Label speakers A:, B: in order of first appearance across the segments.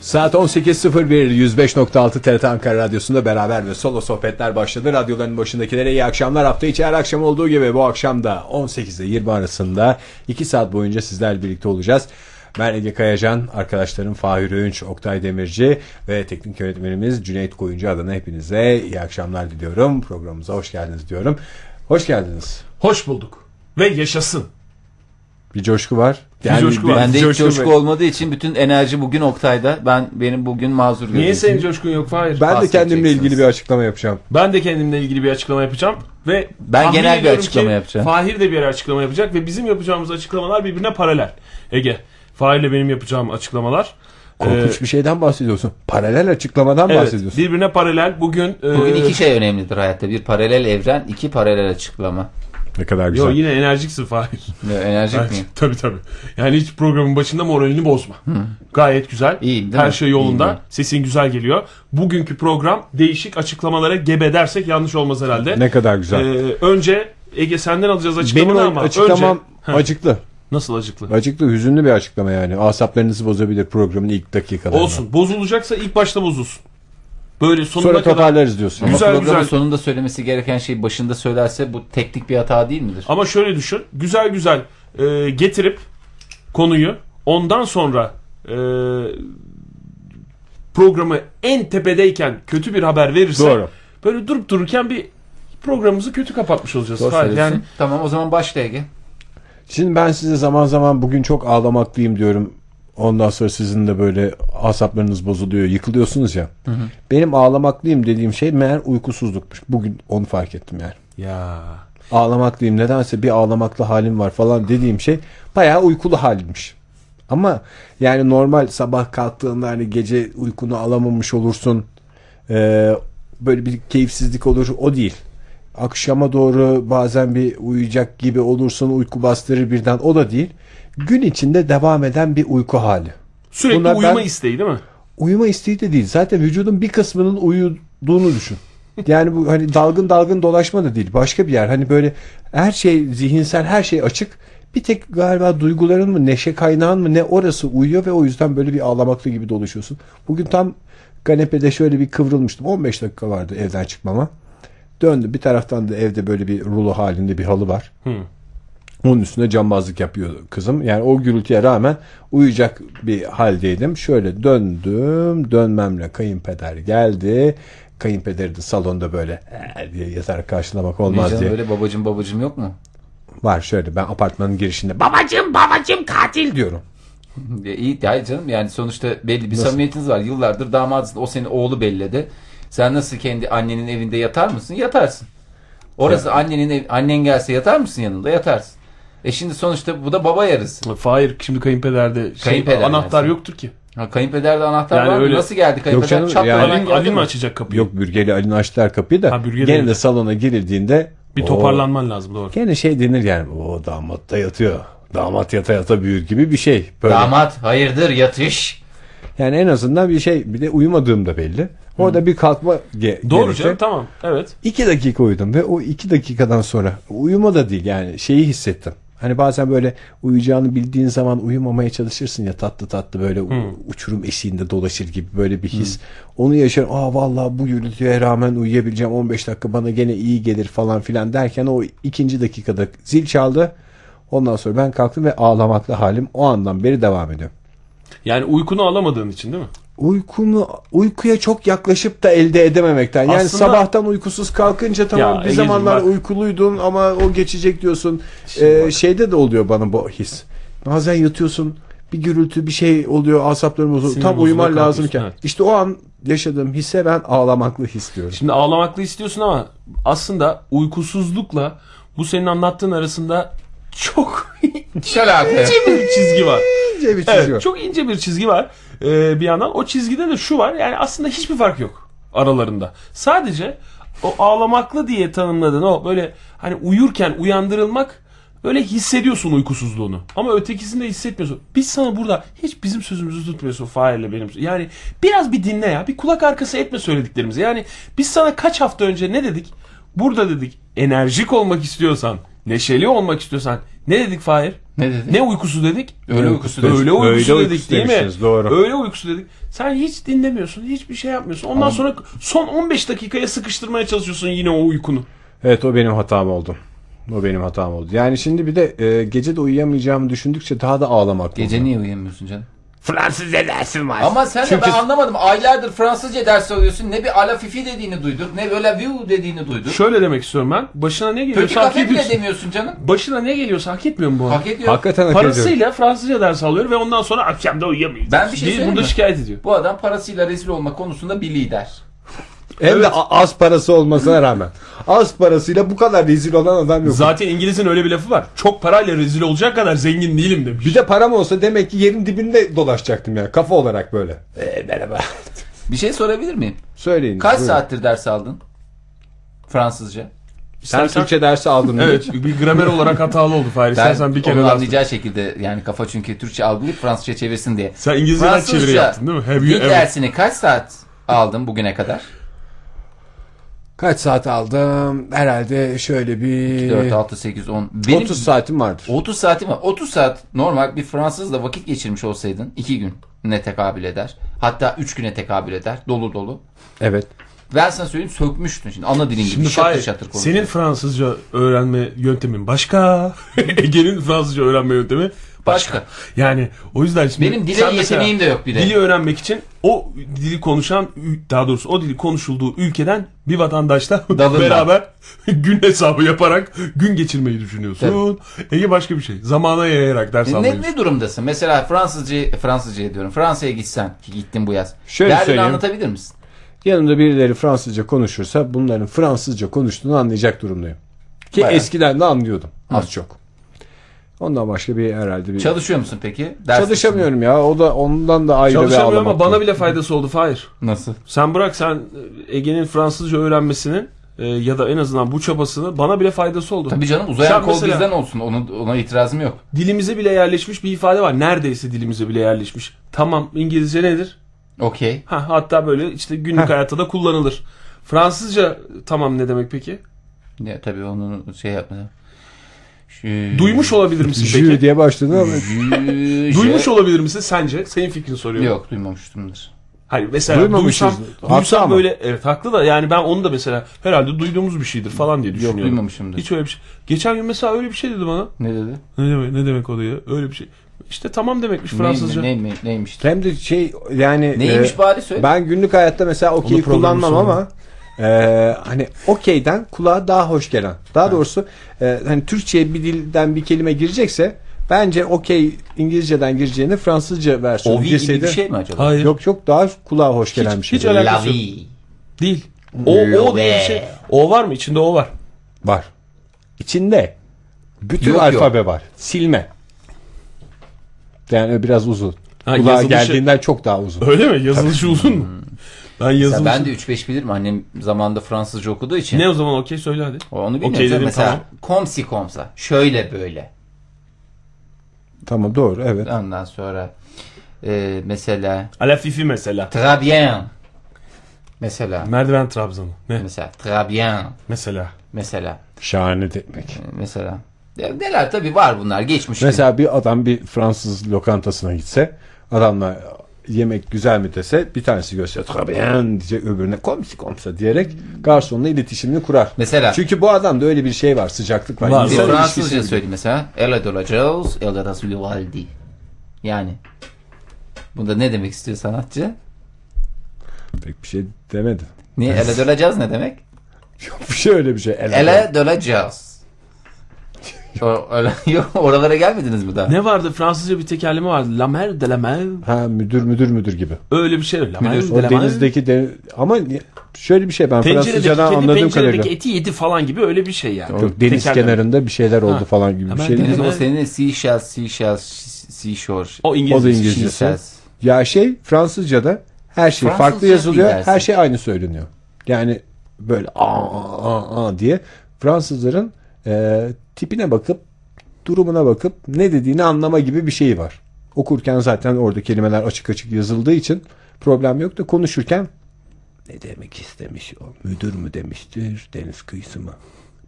A: Saat 18.01 105.6 TRT Ankara Radyosu'nda beraber ve solo sohbetler başladı. Radyoların başındakilere iyi akşamlar. Hafta içi her akşam olduğu gibi bu akşam da 18 ile 20 arasında 2 saat boyunca sizlerle birlikte olacağız. Ben Ege Kayacan, arkadaşlarım Fahir Öğünç, Oktay Demirci ve teknik yönetmenimiz Cüneyt Koyuncu adına hepinize iyi akşamlar diliyorum. Programımıza hoş geldiniz diyorum. Hoş geldiniz.
B: Hoş bulduk. Ve yaşasın.
A: Bir coşku var. Yani
B: coşku var.
C: Bende hiç
B: Coşku
C: coşku
B: Bey.
C: olmadığı için bütün enerji bugün Oktay'da. Ben benim bugün mazur
B: Niye
C: görüyorum.
B: senin coşkun yok Fahir? Ben,
A: Ben de kendimle ilgili bir açıklama yapacağım.
B: de kendimle ilgili bir açıklama yapacağım. Ve
C: Ben
B: tahmin
C: genel bir
B: ediyorum
C: açıklama
B: ki
C: yapacağım.
B: Fahir de bir açıklama yapacak ve bizim yapacağımız açıklamalar birbirine paralel. Ege, Fahir'le benim yapacağım açıklamalar. e,
A: Korkunç bir şeyden bahsediyorsun. Paralel açıklamadan
B: Ee, Evet,
A: bahsediyorsun.
B: birbirine paralel. Bugün,
C: Bugün
B: e,
C: iki şey önemlidir hayatta. Bir paralel evren, iki paralel açıklama.
A: Ne kadar güzel.
B: Yo yine enerjiksin Fahir.
C: Ne, Enerjik mi?
B: tabii tabii. Yani hiç programın başında moralini bozma. Gayet güzel.
C: İyi, değil
B: Her
C: mi?
B: şey
C: İyi,
B: yolunda.
C: iyi.
B: Sesin güzel geliyor. Bugünkü program değişik açıklamalara gebe dersek yanlış olmaz herhalde.
A: Ne kadar güzel.
B: Ee, önce Ege senden alacağız
A: Benim
B: açıklamanı ama
A: açıklamam
B: önce
A: acıklı.
B: nasıl acıklı?
A: Acıklı, hüzünlü bir açıklama yani. Asaplarınızı bozabilir programın ilk dakikalarında.
B: Olsun. Bozulacaksa ilk başta bozulsun. Böyle sonuna
A: Sonra
B: kadar.
A: toparlarız diyorsun.
C: Ama
B: Güzel,
C: programın
B: güzel.
C: sonunda söylemesi gereken şeyi başında söylerse bu teknik bir hata değil midir?
B: Ama şöyle düşün. Güzel güzel e, getirip konuyu ondan sonra e, programı en tepedeyken kötü bir haber verirse
A: Doğru.
B: böyle durup dururken bir programımızı kötü kapatmış olacağız.
C: Doğru
B: Hayır,
C: söylüyorsun.
B: yani
C: Tamam o zaman başla Ege.
A: Şimdi ben size zaman zaman bugün çok ağlamaklıyım diyorum. Ondan sonra sizin de böyle asaplarınız bozuluyor, yıkılıyorsunuz ya. Benim ağlamaklıyım dediğim şey meğer uykusuzlukmuş. Bugün onu fark ettim yani.
B: ya
A: ağlamaklıyım nedense bir ağlamaklı halim var falan dediğim şey bayağı uykulu halimmiş. Ama yani normal sabah kalktığında hani gece uykunu alamamış olursun. Ee, böyle bir keyifsizlik olur o değil. Akşama doğru bazen bir uyuyacak gibi olursun uyku bastırır birden o da değil. Gün içinde devam eden bir uyku hali.
B: sürekli
A: Bunlar
B: uyuma
A: ben-
B: isteği değil mi?
A: Uyuma isteği de değil. Zaten vücudun bir kısmının uyuduğunu düşün. Yani bu hani dalgın dalgın dolaşma da değil. Başka bir yer. Hani böyle her şey zihinsel her şey açık. Bir tek galiba duyguların mı neşe kaynağın mı ne orası uyuyor ve o yüzden böyle bir ağlamaklı gibi dolaşıyorsun. Bugün tam kanepede şöyle bir kıvrılmıştım. 15 dakika vardı evden çıkmama. Döndüm. Bir taraftan da evde böyle bir rulo halinde bir halı var. Onun üstüne cambazlık yapıyor kızım. Yani o gürültüye rağmen uyuyacak bir haldeydim. Şöyle döndüm. Dönmemle kayınpeder geldi. Kayınpederi de salonda böyle "Ee," diye yatar karşılamak olmaz
C: Canım,
A: diye.
C: böyle babacım babacım yok mu?
A: Var şöyle ben apartmanın girişinde babacım babacım katil diyorum.
C: Ya İyi E, hayır canım yani sonuçta belli bir samimiyetiniz var. Yıllardır damatsın o senin oğlu belledi. Sen nasıl kendi annenin evinde yatar mısın? Yatarsın. Orası annenin ev, annen gelse yatar mısın yanında? Yatarsın. E şimdi sonuçta bu da baba yarısı.
B: Fahir şimdi kayınpederde şey,
C: Kayınpeder
B: anahtar
C: yani.
B: yoktur ki.
C: Ha, kayınpederde anahtar
B: Yani
C: var mı?
B: öyle-
C: Nasıl geldi kayınpeder?
A: canım,
C: Çat
A: yani-
C: kapıdan
B: Alin,
C: geldi
B: Alin
C: mi?
B: mi açacak kapıyı?
A: Yok bürgeli Ali'nin açtılar kapıyı da
B: Ha, bürgeli
A: gene
B: Ali.
A: de salona girildiğinde
B: Bir
A: "Oo,"
B: toparlanman lazım doğru.
A: Gene şey denir yani o damat da yatıyor. Damat yata yata büyür gibi bir şey. Böyle.
C: Damat hayırdır yatış.
A: Yani en azından bir şey bir de uyumadığım da belli. Orada bir kalkma ge-
B: Doğru
A: gerekti.
B: canım tamam. Evet.
A: İki dakika uyudum ve o iki dakikadan sonra uyuma da değil yani şeyi hissettim. Hani bazen böyle uyuyacağını bildiğin zaman uyumamaya çalışırsın ya tatlı tatlı böyle u- uçurum eşiğinde dolaşır gibi böyle bir his. Onu yaşarım. Aa vallahi bu gürültüye rağmen uyuyabileceğim 15 dakika bana gene iyi gelir falan filan derken o ikinci dakikada zil çaldı. Ondan sonra ben kalktım ve ağlamaklı halim o andan beri devam ediyor.
B: Yani uykunu alamadığın için değil mi?
A: Uykumu uykuya çok yaklaşıp da elde edememekten. Yani
B: Aslında-
A: sabahtan uykusuz kalkınca tamam
B: Ya,
A: bir
B: Ege'cim
A: zamanlar
B: bak-
A: uykuluydun ama o geçecek diyorsun. Ee, şeyde de oluyor bana bu his. Bazen yatıyorsun bir gürültü bir şey oluyor asaplarım bozuluyor.
B: Sinir
A: Tam
B: bozuluyor,
A: uyuman
B: kalkıyorsun,
A: lazımken.
B: evet.
A: İşte o an yaşadığım hisse ben ağlamaklı his diyorum.
B: Şimdi ağlamaklı istiyorsun ama aslında uykusuzlukla bu senin anlattığın arasında çok
C: Şöyle arkaya.
B: ince bir çizgi var.
A: İnce bir çiziyor.
B: Evet, çok ince bir çizgi var Ee, bir yandan. O çizgide de şu var yani aslında hiçbir fark yok aralarında. Sadece o ağlamaklı diye tanımladığın o böyle hani uyurken uyandırılmak böyle hissediyorsun uykusuzluğunu. Ama ötekisinde hissetmiyorsun. Biz sana burada hiç bizim sözümüzü tutmuyorsun Fahir'le benim. Yani biraz bir dinle ya. Bir kulak arkası etme söylediklerimizi. Yani biz sana kaç hafta önce ne dedik? Burada dedik enerjik olmak istiyorsan, neşeli olmak istiyorsan ne dedik Fahir?
C: Ne dedi?
B: Ne uykusu dedik?
C: Öyle uykusu dedi.
B: Öyle uykusu
A: Öyle
B: dedik
A: uykusu
B: değil mi?
A: demişsiniz, doğru.
B: Öyle uykusu dedik. Sen hiç dinlemiyorsun, hiçbir şey yapmıyorsun. Ondan sonra son 15 dakikaya sıkıştırmaya çalışıyorsun yine o uykunu.
A: Evet o benim hatam oldu. O benim hatam oldu. Yani şimdi bir de e, gece de uyuyamayacağımı düşündükçe daha da ağlamak oldu.
C: Gece niye uyuyamıyorsun canım?
A: Fransızca dersim var.
C: Ama sen
A: Çünkü-
C: de ben anlamadım. Aylardır Fransızca dersi alıyorsun. Ne bir ala fifi dediğini duyduk. Ne böyle view dediğini duyduk.
B: Şöyle demek istiyorum ben. Başına ne
C: Kötü
B: geliyorsa hak
C: kafe bile
B: ediyorsun.
C: demiyorsun canım.
B: Başına ne geliyorsa hak etmiyor mu bu adam?
C: Hak ediyor.
A: Hakikaten hak ediyorum.
B: Parasıyla Fransızca ders alıyor ve ondan sonra akşamda uyuyamayacağız.
C: Ben bir şey
B: diye
C: söyleyeyim
B: Bunda
C: mi?
B: şikayet ediyor.
C: Bu adam parasıyla rezil olma konusunda bir lider.
A: Hem de a- az parası olmasına rağmen. Az parasıyla bu kadar rezil olan adam yok.
B: Zaten İngiliz'in öyle bir lafı var. Çok parayla rezil olacak kadar zengin değilim demiş.
A: bir de param olsa demek ki yerin dibinde dolaşacaktım yani kafa olarak böyle.
C: merhaba. Bir şey sorabilir miyim?
A: Söyleyin.
C: Kaç
A: buyurun.
C: saattir ders aldın? Fransızca.
A: Sen Türkçe dersi aldın mı?
B: Evet bir gramer olarak hatalı oldu Fahri.
C: Ben
B: Sen bir kere
C: onu
B: daha-
C: anlayacağı şekilde yani kafa çünkü Türkçe algılayıp Fransızca çevirsin diye.
B: Sen İngilizceden
C: Fransızca
B: çeviri yaptın değil mi? Have you
C: İlk
B: ever?
C: dersini kaç saat aldın bugüne kadar?
A: Kaç saat aldım? Herhalde şöyle
B: Ee,
A: bir
C: 4, 6, 8, 10. Benim
A: 30 saatim vardır.
C: 30 saati mi? 30 saat normal bir Fransızla vakit geçirmiş olsaydın 2 gün ne tekabül eder. Hatta 3 güne tekabül eder. Dolu dolu.
A: Evet.
C: Ben sana söyleyeyim sökmüştün şimdi. Ana dilin gibi
B: Şimdi
C: şatır
B: Fahri,
C: şatır konuşuyor.
B: senin Fransızca öğrenme yöntemin başka. Ege'nin Fransızca öğrenme yöntemi başka.
C: Başka.
B: Yani o yüzden şimdi
C: Benim dile
B: sen mesela
C: yeteneğim de yok bir de.
B: Dili öğrenmek için o dili konuşan ül- daha doğrusu o dili konuşulduğu ülkeden bir vatandaşla
C: Dalından.
B: beraber gün hesabı yaparak gün geçirmeyi düşünüyorsun. Ege başka bir şey. Zamana yayarak ders
C: Ne-
B: almayı
C: Ne, ne durumdasın? Mesela Fransızca Fransızca diyorum. Fransa'ya gitsen ki gittin bu yaz.
A: Şöyle
C: Derdini
A: söyleyeyim.
C: anlatabilir misin?
A: Yanımda birileri Fransızca konuşursa bunların Fransızca konuştuğunu anlayacak durumdayım. Ki
C: Bayağı.
A: eskiden de anlıyordum. Az çok. Ondan başka bir herhalde bir...
C: Çalışıyor musun peki? Ders
A: Çalışamıyorum ya. O da ondan da ayrı bir
B: Çalışamıyorum
A: ağlamak.
B: ama bana bile faydası oldu Fahir.
C: dışında. Nasıl?
B: Sen bırak sen e, Ege'nin Fransızca öğrenmesinin e, ya da en azından bu çabasını bana bile faydası oldu.
C: Tabii canım uzayan
B: Sen
C: kol
B: mesela-
C: bizden olsun. Onu, ona itirazım yok.
B: Dilimize bile yerleşmiş bir ifade var. Neredeyse dilimize bile yerleşmiş. Tamam İngilizce nedir?
C: Okey.
B: Ha, hatta böyle işte günlük
A: Heh.
B: hayatta da kullanılır. Fransızca tamam ne demek peki?
C: Ne tabii onu şey yapmadım. Şu...
B: Duymuş olabilir misin
A: Jü
B: peki?
A: diye başladı ama
C: Jü-
B: Duymuş
C: Jü-
B: olabilir misin sence? Senin fikrini soruyorum.
C: Yok duymamıştımdır.
B: Hani mesela
A: Duymamışız.
B: duysam,
A: Haklı
B: duysam
A: ama.
B: böyle evet haklı da yani ben onu da mesela herhalde duyduğumuz bir şeydir falan diye
C: Yok
B: düşünüyorum.
C: duymamışımdır.
B: Hiç öyle bir şey. Geçen gün mesela öyle bir şey dedi bana.
C: Ne dedi?
B: Ne demek, ne demek o da ya? Öyle bir şey. İşte tamam demekmiş Fransızca.
C: Ney, ney, neymiş?
A: hem de şey yani
C: Neymiş
A: e,
C: bari söyle.
A: ben günlük hayatta mesela okey'i
B: programın
A: kullanmam
B: sonunda.
A: ama e, hani okey'den kulağa daha hoş gelen. Daha doğrusu e, hani Türkçe'ye bir dilden bir kelime girecekse bence okey İngilizceden gireceğine Fransızca versiyonu
C: Ovi gibi
A: girseydi
C: bir şey mi acaba?
B: Hayır.
A: yok yok daha kulağa hoş gelen bir şey.
B: hiç alakası yok.
C: Lavi.
B: Değil. O, o
C: Yok
B: diye
C: be.
B: bir şey. O var mı? İçinde o var.
A: var. İçinde bütün
C: Yok, yok.
A: alfabe var. Silme. Yani biraz uzun.
B: Ha,
A: Kulağa
B: yazılışı-
A: geldiğinden çok daha uzun.
B: Öyle mi? Yazılışı uzun mu? Hmm. Ben yazılışı...
C: Mesela ben de 3-5 bilirim. Annem zamanında Fransızca okuduğu için.
B: Ne o zaman okey söyle hadi.
C: Onu bilmiyorum.
B: Okey dedim,
C: mesela
B: tamam.
C: komsi komsa. Şöyle böyle.
A: Tamam doğru evet.
C: Ondan sonra e, mesela
B: Alafifi mesela.
C: très bien. Mesela.
B: Merdiven Trabzon'u. Ne?
C: Mesela très bien.
B: Mesela.
C: Mesela.
A: Şahane demek.
C: Mesela. De- Neler tabii var bunlar geçmiş.
A: Mesela bir adam bir Fransız lokantasına gitse adamla yemek güzel mi dese bir tanesi gösterir. Très bien diyecek öbürüne komsi komsa diyerek garsonla iletişimini kurar.
C: Mesela.
A: Çünkü bu adamda öyle bir şey var sıcaklık var.
B: Var,
C: Bir
A: İnsan
C: Fransızca
A: ilişkisi-
C: söyleyeyim mesela. Ela dolacağız, ela da suluvaldi. Yani. Bunda ne demek istiyor sanatçı?
A: Pek bir şey demedi.
C: Niye ele dolacağız ne demek?
A: Yok bir şey öyle bir şey. Ele-
C: Ele dolacağız. O- öyle- Yok oralara gelmediniz mi daha?
B: Ne vardı? Fransızca bir tekerleme vardı. La mer de la mer.
A: Ha müdür müdür müdür gibi.
B: Öyle bir şey. La mer
A: O
B: de la mer.
A: denizdeki de... ama şöyle bir şey ben
B: Tenceredeki
A: Fransızcadan
B: kedi
A: anladığım
B: penceredeki
A: kadarıyla.
B: eti yedi falan gibi öyle bir şey yani.
A: Yok, deniz
B: Tekerleme.
A: kenarında bir şeyler oldu
B: Ha.
A: falan gibi bir
B: Hemen
A: şey.
B: deniz-
C: Deniz o senin seashell, seashell, seashore.
B: O
A: O da
B: İngilizce.
A: İngilizcesi.
C: Seashells.
A: Ya şey Fransızca'da her şey
C: Fransızca
A: farklı yazılıyor.
C: değil dersin.
A: Her şey aynı söyleniyor. Yani böyle aa, aa, aa diye Fransızların e, tipine bakıp durumuna bakıp ne dediğini anlama gibi bir şey var. Okurken zaten orada kelimeler açık açık yazıldığı için problem yok da konuşurken ne demek istemiş o müdür mü demiştir deniz kıyısı mı?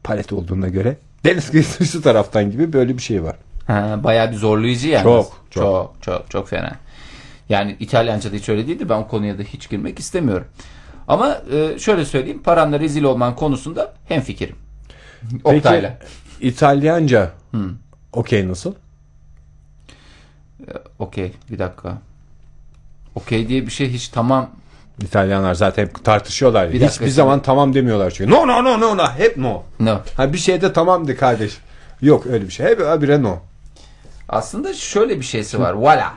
A: Palet olduğuna göre deniz kıyısı şu taraftan gibi böyle bir şey var.
C: Ha, bayağı bir zorlayıcı yani.
A: Çok, çok.
C: Çok çok çok fena. Yani İtalyanca'da hiç öyle değildi. Ben o konuya da hiç girmek istemiyorum. Ama e, şöyle söyleyeyim. Paranla rezil olman konusunda hemfikirim.
A: Peki
C: Oktay'la.
A: İtalyanca okey nasıl?
C: Okey bir dakika. Okey diye bir şey hiç tamam.
A: İtalyanlar zaten hep tartışıyorlar.
C: Bir
A: Bir
C: dakika
A: Hiçbir
C: şimdi.
A: zaman tamam demiyorlar çünkü. No no no no no hep no.
C: No.
A: Ha bir şeyde tamam de kardeş. Yok öyle bir şey. Hep abire no.
C: Aslında şöyle bir şeysi var. Voila.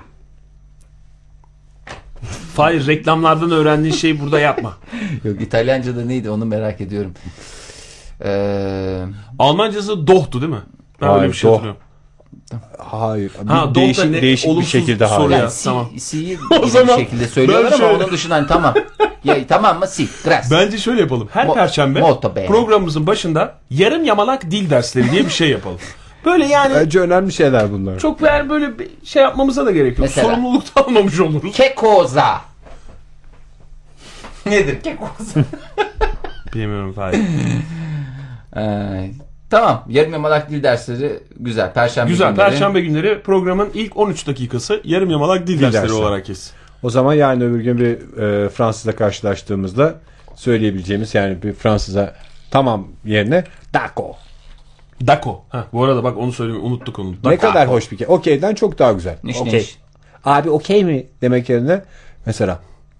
B: Fahir reklamlardan öğrendiğin şeyi burada yapma.
C: Yok İtalyanca'da neydi onu merak ediyorum. Ee,
B: Almancası dohtu değil mi? Ben
A: Hayır,
B: öyle bir şey
A: Doh.
B: hatırlıyorum.
A: Hayır. Bir
B: Ha, Doğu'da
A: değişik
B: ne-
A: değişik bir
B: olumsuz
A: şekilde
B: soru
A: hayır.
B: ya.
C: yani si,
B: tamam.
C: si'yi
B: O
C: bir
B: zaman
C: şekilde söylüyorlar
B: ben
C: ama
B: şöyle-
C: onun dışında hani tamam. Ya, tamam mı? Si. Grazie.
B: Bence şöyle yapalım. Her
C: Mo-
B: perşembe
C: Motto be.
B: programımızın başında yarım yamalak dil dersleri diye bir şey yapalım. Böyle yani
A: Bence önemli şeyler bunlar.
B: çok yani böyle bir şey yapmamıza da gerek yok.
C: Mesela.
B: Sorumluluk da almamış oluruz.
C: Che cosa? Nedir che cosa?
B: Bilmiyorum Fahir.
C: Ee, tamam. Yarım yamalak dil dersleri güzel. Perşembe
B: Güzel.
C: günleri.
B: Perşembe günleri programın ilk 13 dakikası yarım yamalak dil, dersleri
A: dersi.
B: olarak kesin.
A: O zaman yarın öbür gün bir e, Fransızla karşılaştığımızda söyleyebileceğimiz yani bir Fransız'a tamam yerine dako.
B: Dako. Ha, bu arada bak onu söylemeyi unuttuk onu. Dako.
A: Ne kadar hoş bir ke. Okey'den çok daha güzel.
C: Niş
A: Okey.
C: niş.
A: Abi okey mi demek yerine mesela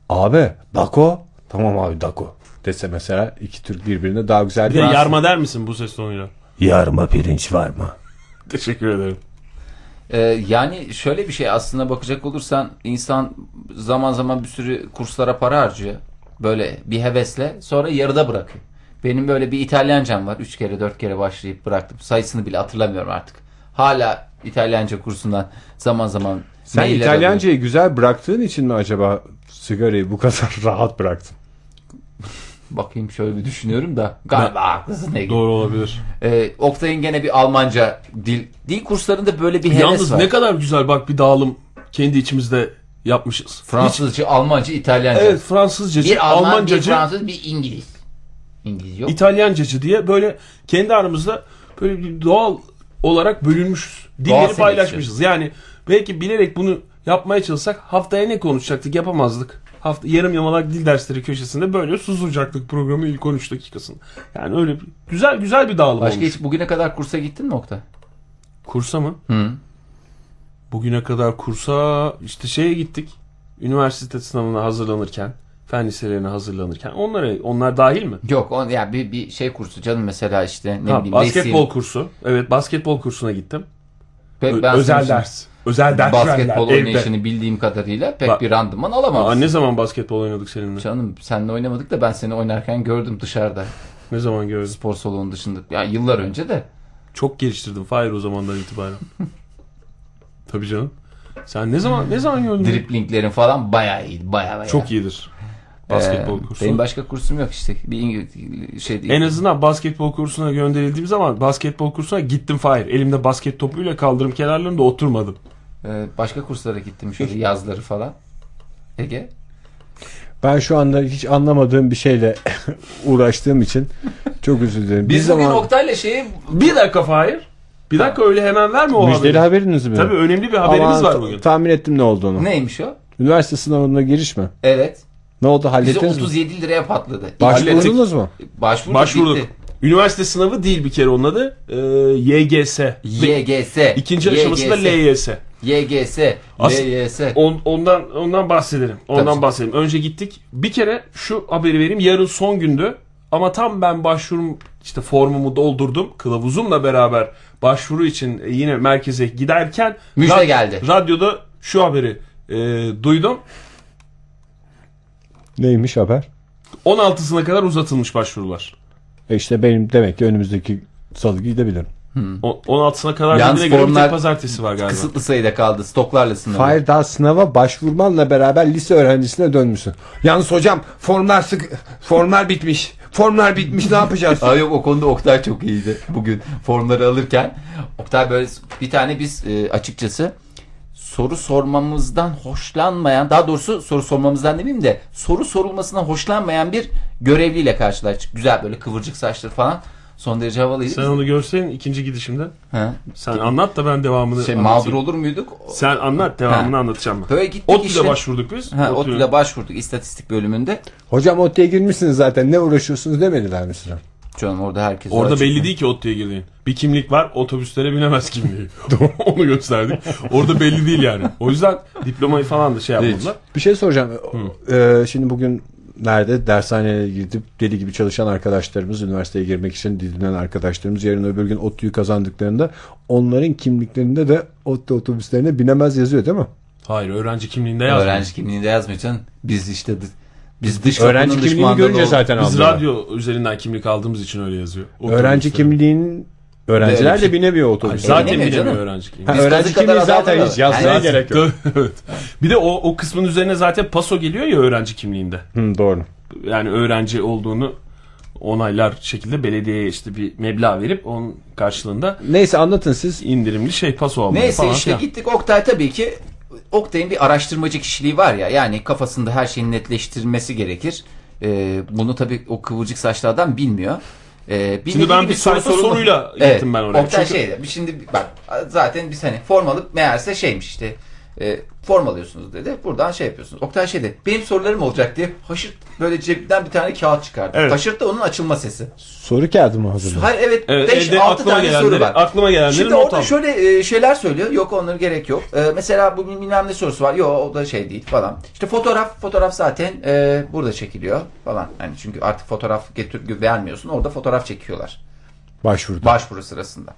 A: abi dako tamam abi dako dese mesela iki Türk birbirine daha güzel
B: Bir de yarma der misin bu ses tonuyla?
A: yarma pirinç var mı?
B: Teşekkür ederim.
C: Ee, yani şöyle bir şey aslında bakacak olursan insan zaman zaman bir sürü kurslara para harcıyor. Böyle bir hevesle sonra yarıda bırakıyor. Benim böyle bir İtalyancam var. Üç kere dört kere başlayıp bıraktım. Sayısını bile hatırlamıyorum artık. Hala İtalyanca kursundan zaman zaman
A: Sen
C: mailler alıyorum.
A: İtalyancayı güzel bıraktığın için mi acaba sigarayı bu kadar rahat bıraktın?
C: Bakayım şöyle bir düşünüyorum da. Galiba haklısın Ege.
B: Doğru olabilir.
C: Ee, Oktay'ın gene bir Almanca dil dil kurslarında böyle bir heves
B: Yalnız
C: var.
B: ne kadar güzel bak bir dağılım kendi içimizde yapmışız.
C: Fransızca, Almanca, İtalyanca.
B: Evet Fransızcacı,
C: bir Alman, bir
B: Almancacı,
C: Fransız, bir İngiliz. İngiliz yok.
B: İtalyancacı diye böyle kendi aramızda böyle bir doğal olarak bölünmüşüz.
C: Doğal
B: Dilleri
C: seleksiyon.
B: paylaşmışız. Yani belki bilerek bunu yapmaya çalışsak haftaya ne konuşacaktık yapamazdık. Hafta yarım yamalak dil dersleri köşesinde böyle susacaktık programı ilk 13 dakikasını. Yani öyle bir, güzel güzel bir dağılım
C: Başka
B: olmuş.
C: hiç bugüne kadar kursa gittin mi Oktay?
B: Kursa mı?
C: Hı.
B: Bugüne kadar kursa işte şeye gittik. Üniversite sınavına hazırlanırken, fen liselerine hazırlanırken. Onlara onlar dahil mi?
C: Yok on, ya bir, bir şey kursu canım mesela işte ne
B: Ha,
C: bileyim.
B: basketbol
C: resim.
B: kursu. Evet basketbol kursuna gittim.
C: Pe-
B: Ö-
C: ben
B: özel
C: sonuçta
B: ders. Özel ders
C: Basketbol
B: verdiler evde.
C: oynayışını bildiğim kadarıyla pek
B: Bak-
C: bir randıman
B: Aa,
C: alamazsın.
B: ne zaman basketbol oynadık seninle?
C: Canım seninle oynamadık da ben seni oynarken gördüm dışarıda.
B: Ne zaman gördüm?
C: Spor salonunun dışında. Ya yıllar önce de.
B: Çok geliştirdim Fahir o zamandan itibaren. Tabii canım. Sen ne zaman ne zaman gördün?
C: Driplinglerin falan bayağı iyiydi. Bayağı bayağı.
B: Çok iyidir. Basketbol
C: Ee,
B: kursu.
C: Benim başka kursum yok işte. Bir İngiliz şey değil.
B: En azından basketbol kursuna gönderildiğim zaman basketbol kursuna gittim Fahir. Elimde basket topuyla kaldırım kenarlarında oturmadım.
C: Ee, başka kurslara gittim şöyle yazları falan. Ege.
A: Ben şu anda hiç anlamadığım bir şeyle uğraştığım için çok özür dilerim.
C: Biz,
A: Bir
C: bugün
A: zaman
C: Oktay'la şeyi
B: Bir dakika Fahir. Bir dakika öyle hemen verme o
A: müjdeli
B: haberi.
A: haberiniz mi?
B: Tabii önemli bir haberimiz
A: Aman,
B: var
A: ta-
B: bugün.
A: Tahmin ettim ne olduğunu.
C: neymiş o?
A: Üniversite sınavına giriş mi?
C: Evet.
A: Ne oldu
C: Bize
A: hallettiniz mi?
C: 37 liraya patladı.
B: Hallettik.
A: Başvurdunuz mu?
C: Başvurduk.
B: Başvurduk.
C: bitti.
B: Üniversite sınavı değil bir kere onun adı. Ee, YGS.
C: YGS.
B: İkinci
C: YGS,
B: aşaması da LYS.
C: YGS.
B: As-
C: LYS.
B: On- ondan ondan bahsedelim. Ondan
C: Tabii.
B: bahsedelim. Önce gittik. Bir kere şu haberi vereyim. Yarın son gündü. Ama tam ben başvurum işte formumu doldurdum. Kılavuzumla beraber başvuru için e, yine merkeze giderken
C: Müjde
B: rad-
C: geldi.
B: Radyoda şu haberi e, duydum.
A: Neymiş haber?
B: 16'sına kadar uzatılmış başvurular.
A: E işte benim demek ki önümüzdeki salı gidebilirim.
B: O- 16'sına kadar
C: Yalnız
B: dediğine göre bir
C: formlar
B: tek pazartesi var galiba.
C: Kısıtlı sayıda kaldı. Stoklarla sınırlı.
A: Hayır daha sınava başvurmanla beraber lise öğrencisine dönmüşsün. Yalnız hocam formlar sık formlar bitmiş. Formlar bitmiş ne yapacağız?
C: Aa, yok o konuda Oktay çok iyiydi bugün formları alırken. Oktay böyle bir tane biz e, açıkçası soru sormamızdan hoşlanmayan daha doğrusu soru sormamızdan demeyeyim de soru sorulmasından hoşlanmayan bir görevliyle karşılaştık. Güzel böyle kıvırcık saçları falan. Son derece havalıydı.
B: Sen onu görseydin ikinci gidişimde.
C: Ha.
B: Sen anlat da ben devamını
C: Şey,
B: anlatayım.
C: mağdur olur muyduk?
B: Sen anlat devamını anlatacağım ben.
C: Böyle gittik
B: ODTÜ'de
C: işte.
B: başvurduk biz.
C: Ha,
B: ODTÜ'de-
C: ODTÜ'de başvurduk istatistik bölümünde.
A: Hocam ODTÜ'ye girmişsiniz zaten ne uğraşıyorsunuz demediler mi size?
C: Canım orada herkes
B: Orada
C: açık.
B: belli değil ki ODTÜ'ye girdiğin. Bir kimlik var otobüslere binemez kimliği. Onu gösterdik. Orada belli değil yani. O yüzden diplomayı falan da şey yapmadılar.
A: Bir şey soracağım. Ee, şimdi bugün nerede dershaneye gidip deli gibi çalışan arkadaşlarımız üniversiteye girmek için didinen arkadaşlarımız yarın öbür gün ODTÜ'yü kazandıklarında onların kimliklerinde de ODTÜ otobüslerine binemez yazıyor değil mi?
B: Hayır öğrenci kimliğinde yazmıyor.
C: Öğrenci kimliğinde yazmıyor canım. Biz işte dı- biz dış kapının
A: Öğrenci
C: dış
A: kimliğini
C: mandalı
A: görünce
C: olduk.
A: zaten
B: Biz
A: anlıyorlar.
B: radyo üzerinden kimlik aldığımız için öyle yazıyor.
A: Öğrenci
B: Otobüslere.
A: kimliğinin öğrenciler de
C: Öğrenci-
A: binemiyor otobüse.
B: Zaten
C: Öyle mi
B: bilemiyor
C: canım?
B: öğrenci
A: Ha,
B: kimliği.
C: Biz
A: öğrenci
C: kazı kadar
A: kimliği zaten
C: adamlarız.
A: hiç yazmaya
C: Yani-
A: gerek yok.
B: Evet. bir de o, o kısmın üzerine zaten paso geliyor ya öğrenci kimliğinde.
A: Hı, doğru.
B: Yani öğrenci olduğunu onaylar şekilde belediyeye işte bir meblağ verip onun karşılığında
A: Neyse anlatın siz.
B: indirimli şey paso almaya
C: Neyse
B: falan.
C: işte
B: filan.
C: gittik Oktay tabii ki Oktay'ın bir araştırmacı kişiliği var ya yani kafasında her şeyi netleştirmesi gerekir. Ee, bunu tabii o kıvırcık saçlardan bilmiyor. Ee,
B: Şimdi ben bir sayfa soruyla gittim ben oraya.
C: Oktay
B: Çünkü-
C: şey dedi, şimdi bak zaten biz hani form alıp meğerse şeymiş işte e, form alıyorsunuz dedi. Buradan şey yapıyorsunuz. Oktay şey dedi benim sorularım olacak diye haşırt böyle cebinden bir tane kağıt çıkardı.
B: Evet.
C: Haşırt da onun açılma sesi.
A: Soru kağıdı mı hazırladın?
C: Hayır evet
B: Evet,
C: 5-6
B: evde aklıma
C: tane soru
B: gelenleri,
C: var.
B: aklıma gelenleri
C: Şimdi
B: not
C: orada
B: aldım.
C: şöyle e, şeyler söylüyor. Yok onlara gerek yok. E, mesela bu bilmem ne sorusu var. Yok o da şey değil falan. İşte fotoğraf fotoğraf zaten e, burada çekiliyor falan. Hani çünkü artık fotoğraf getir vermiyorsun. Orada fotoğraf çekiyorlar.
A: Başvurdu.
C: Başvuru sırasında.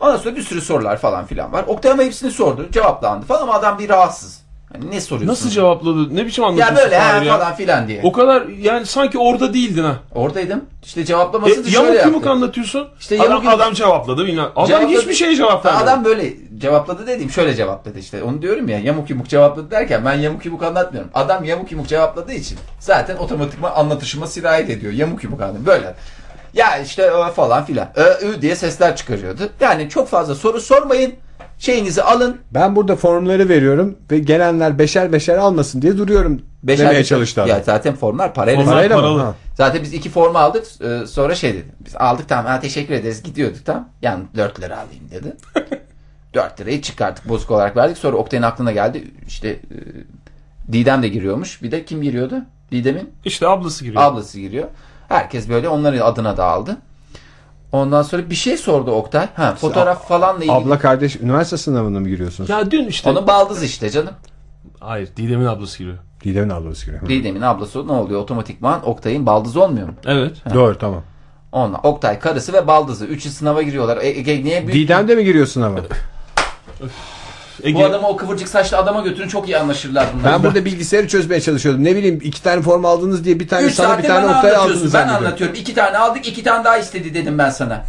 C: Ondan sonra bir sürü sorular falan filan var. Oktay ama hepsini sordu. Cevaplandı falan ama adam bir rahatsız. Hani ne soruyorsun?
B: Nasıl cevapladı? Ne biçim
C: Ya
B: anlatıyorsun?
C: böyle ha
B: Fahri ya?
C: falan filan diye.
B: O kadar yani sanki orada değildin ha.
C: Oradaydım. İşte
B: E,
C: cevaplaması da şöyle
B: yamuk
C: yaptı.
B: yumuk anlatıyorsun.
C: İşte
B: adam,
C: yamuk yumuk-
B: adam cevapladı. Bilmem. Adam
C: Cevapladı-
B: hiçbir şey şeye cevap vermedi.
C: Adam böyle cevapladı dediğim şöyle cevapladı işte. Onu diyorum ya yamuk yumuk cevapladı derken ben yamuk yumuk anlatmıyorum. Adam yamuk yumuk cevapladığı için zaten otomatikman anlatışıma sirayet ediyor. Yamuk yumuk anlatıyor. Böyle. Ya işte ö falan filan. Ö, ü diye sesler çıkarıyordu. Yani çok fazla soru sormayın. Şeyinizi alın.
A: Ben burada formları veriyorum ve gelenler beşer beşer almasın diye duruyorum
C: Beşer
A: demeye
C: beşer-
A: çalıştı adam.
C: Ya zaten formlar parayla.
B: Onlar
A: Parayla mı?
B: paralı.
A: Ha.
C: Zaten biz iki formu aldık. Ee, Sonra şey dedi. Biz aldık tamam ha, teşekkür ederiz. Gidiyorduk tamam. Yani 4 lira alayım dedi. 4 lirayı çıkarttık bozuk olarak verdik. Sonra Oktay'ın aklına geldi. İşte e, Didem de giriyormuş. Bir de kim giriyordu? Didem'in
B: İşte ablası giriyor.
C: ablası giriyor. Herkes böyle onların adına da aldı. Ondan sonra bir şey sordu Oktay. Ha, fotoğraf falanla ilgili.
A: Abla kardeş üniversite sınavına mı giriyorsunuz?
B: Ya dün işte.
C: Onun baldız işte canım.
B: Hayır Didem'in ablası giriyor.
A: Didem'in ablası giriyor. Hı.
C: Didem'in ablası ne oluyor? Otomatikman Oktay'ın baldızı olmuyor mu?
B: Evet.
A: Doğru tamam.
C: Onunla Oktay karısı ve baldızı. Üçü sınava giriyorlar. E, Ege niye büyük
A: Didem de mi giriyor sınava?
B: Ege,
C: Bu adamı o kıvırcık saçlı adama götürün çok iyi anlaşırlar bunlar.
A: Ben burada bilgisayarı çözmeye çalışıyordum. Ne bileyim iki tane form aldınız diye bir tane
C: Üç
A: sana
C: saattir
A: bir tane
C: bana
A: Oktay
C: anlatıyorsun.
A: aldınız
C: Ben
A: zannediyorum.
C: anlatıyorum. İki tane aldık iki tane daha istedi dedim ben sana.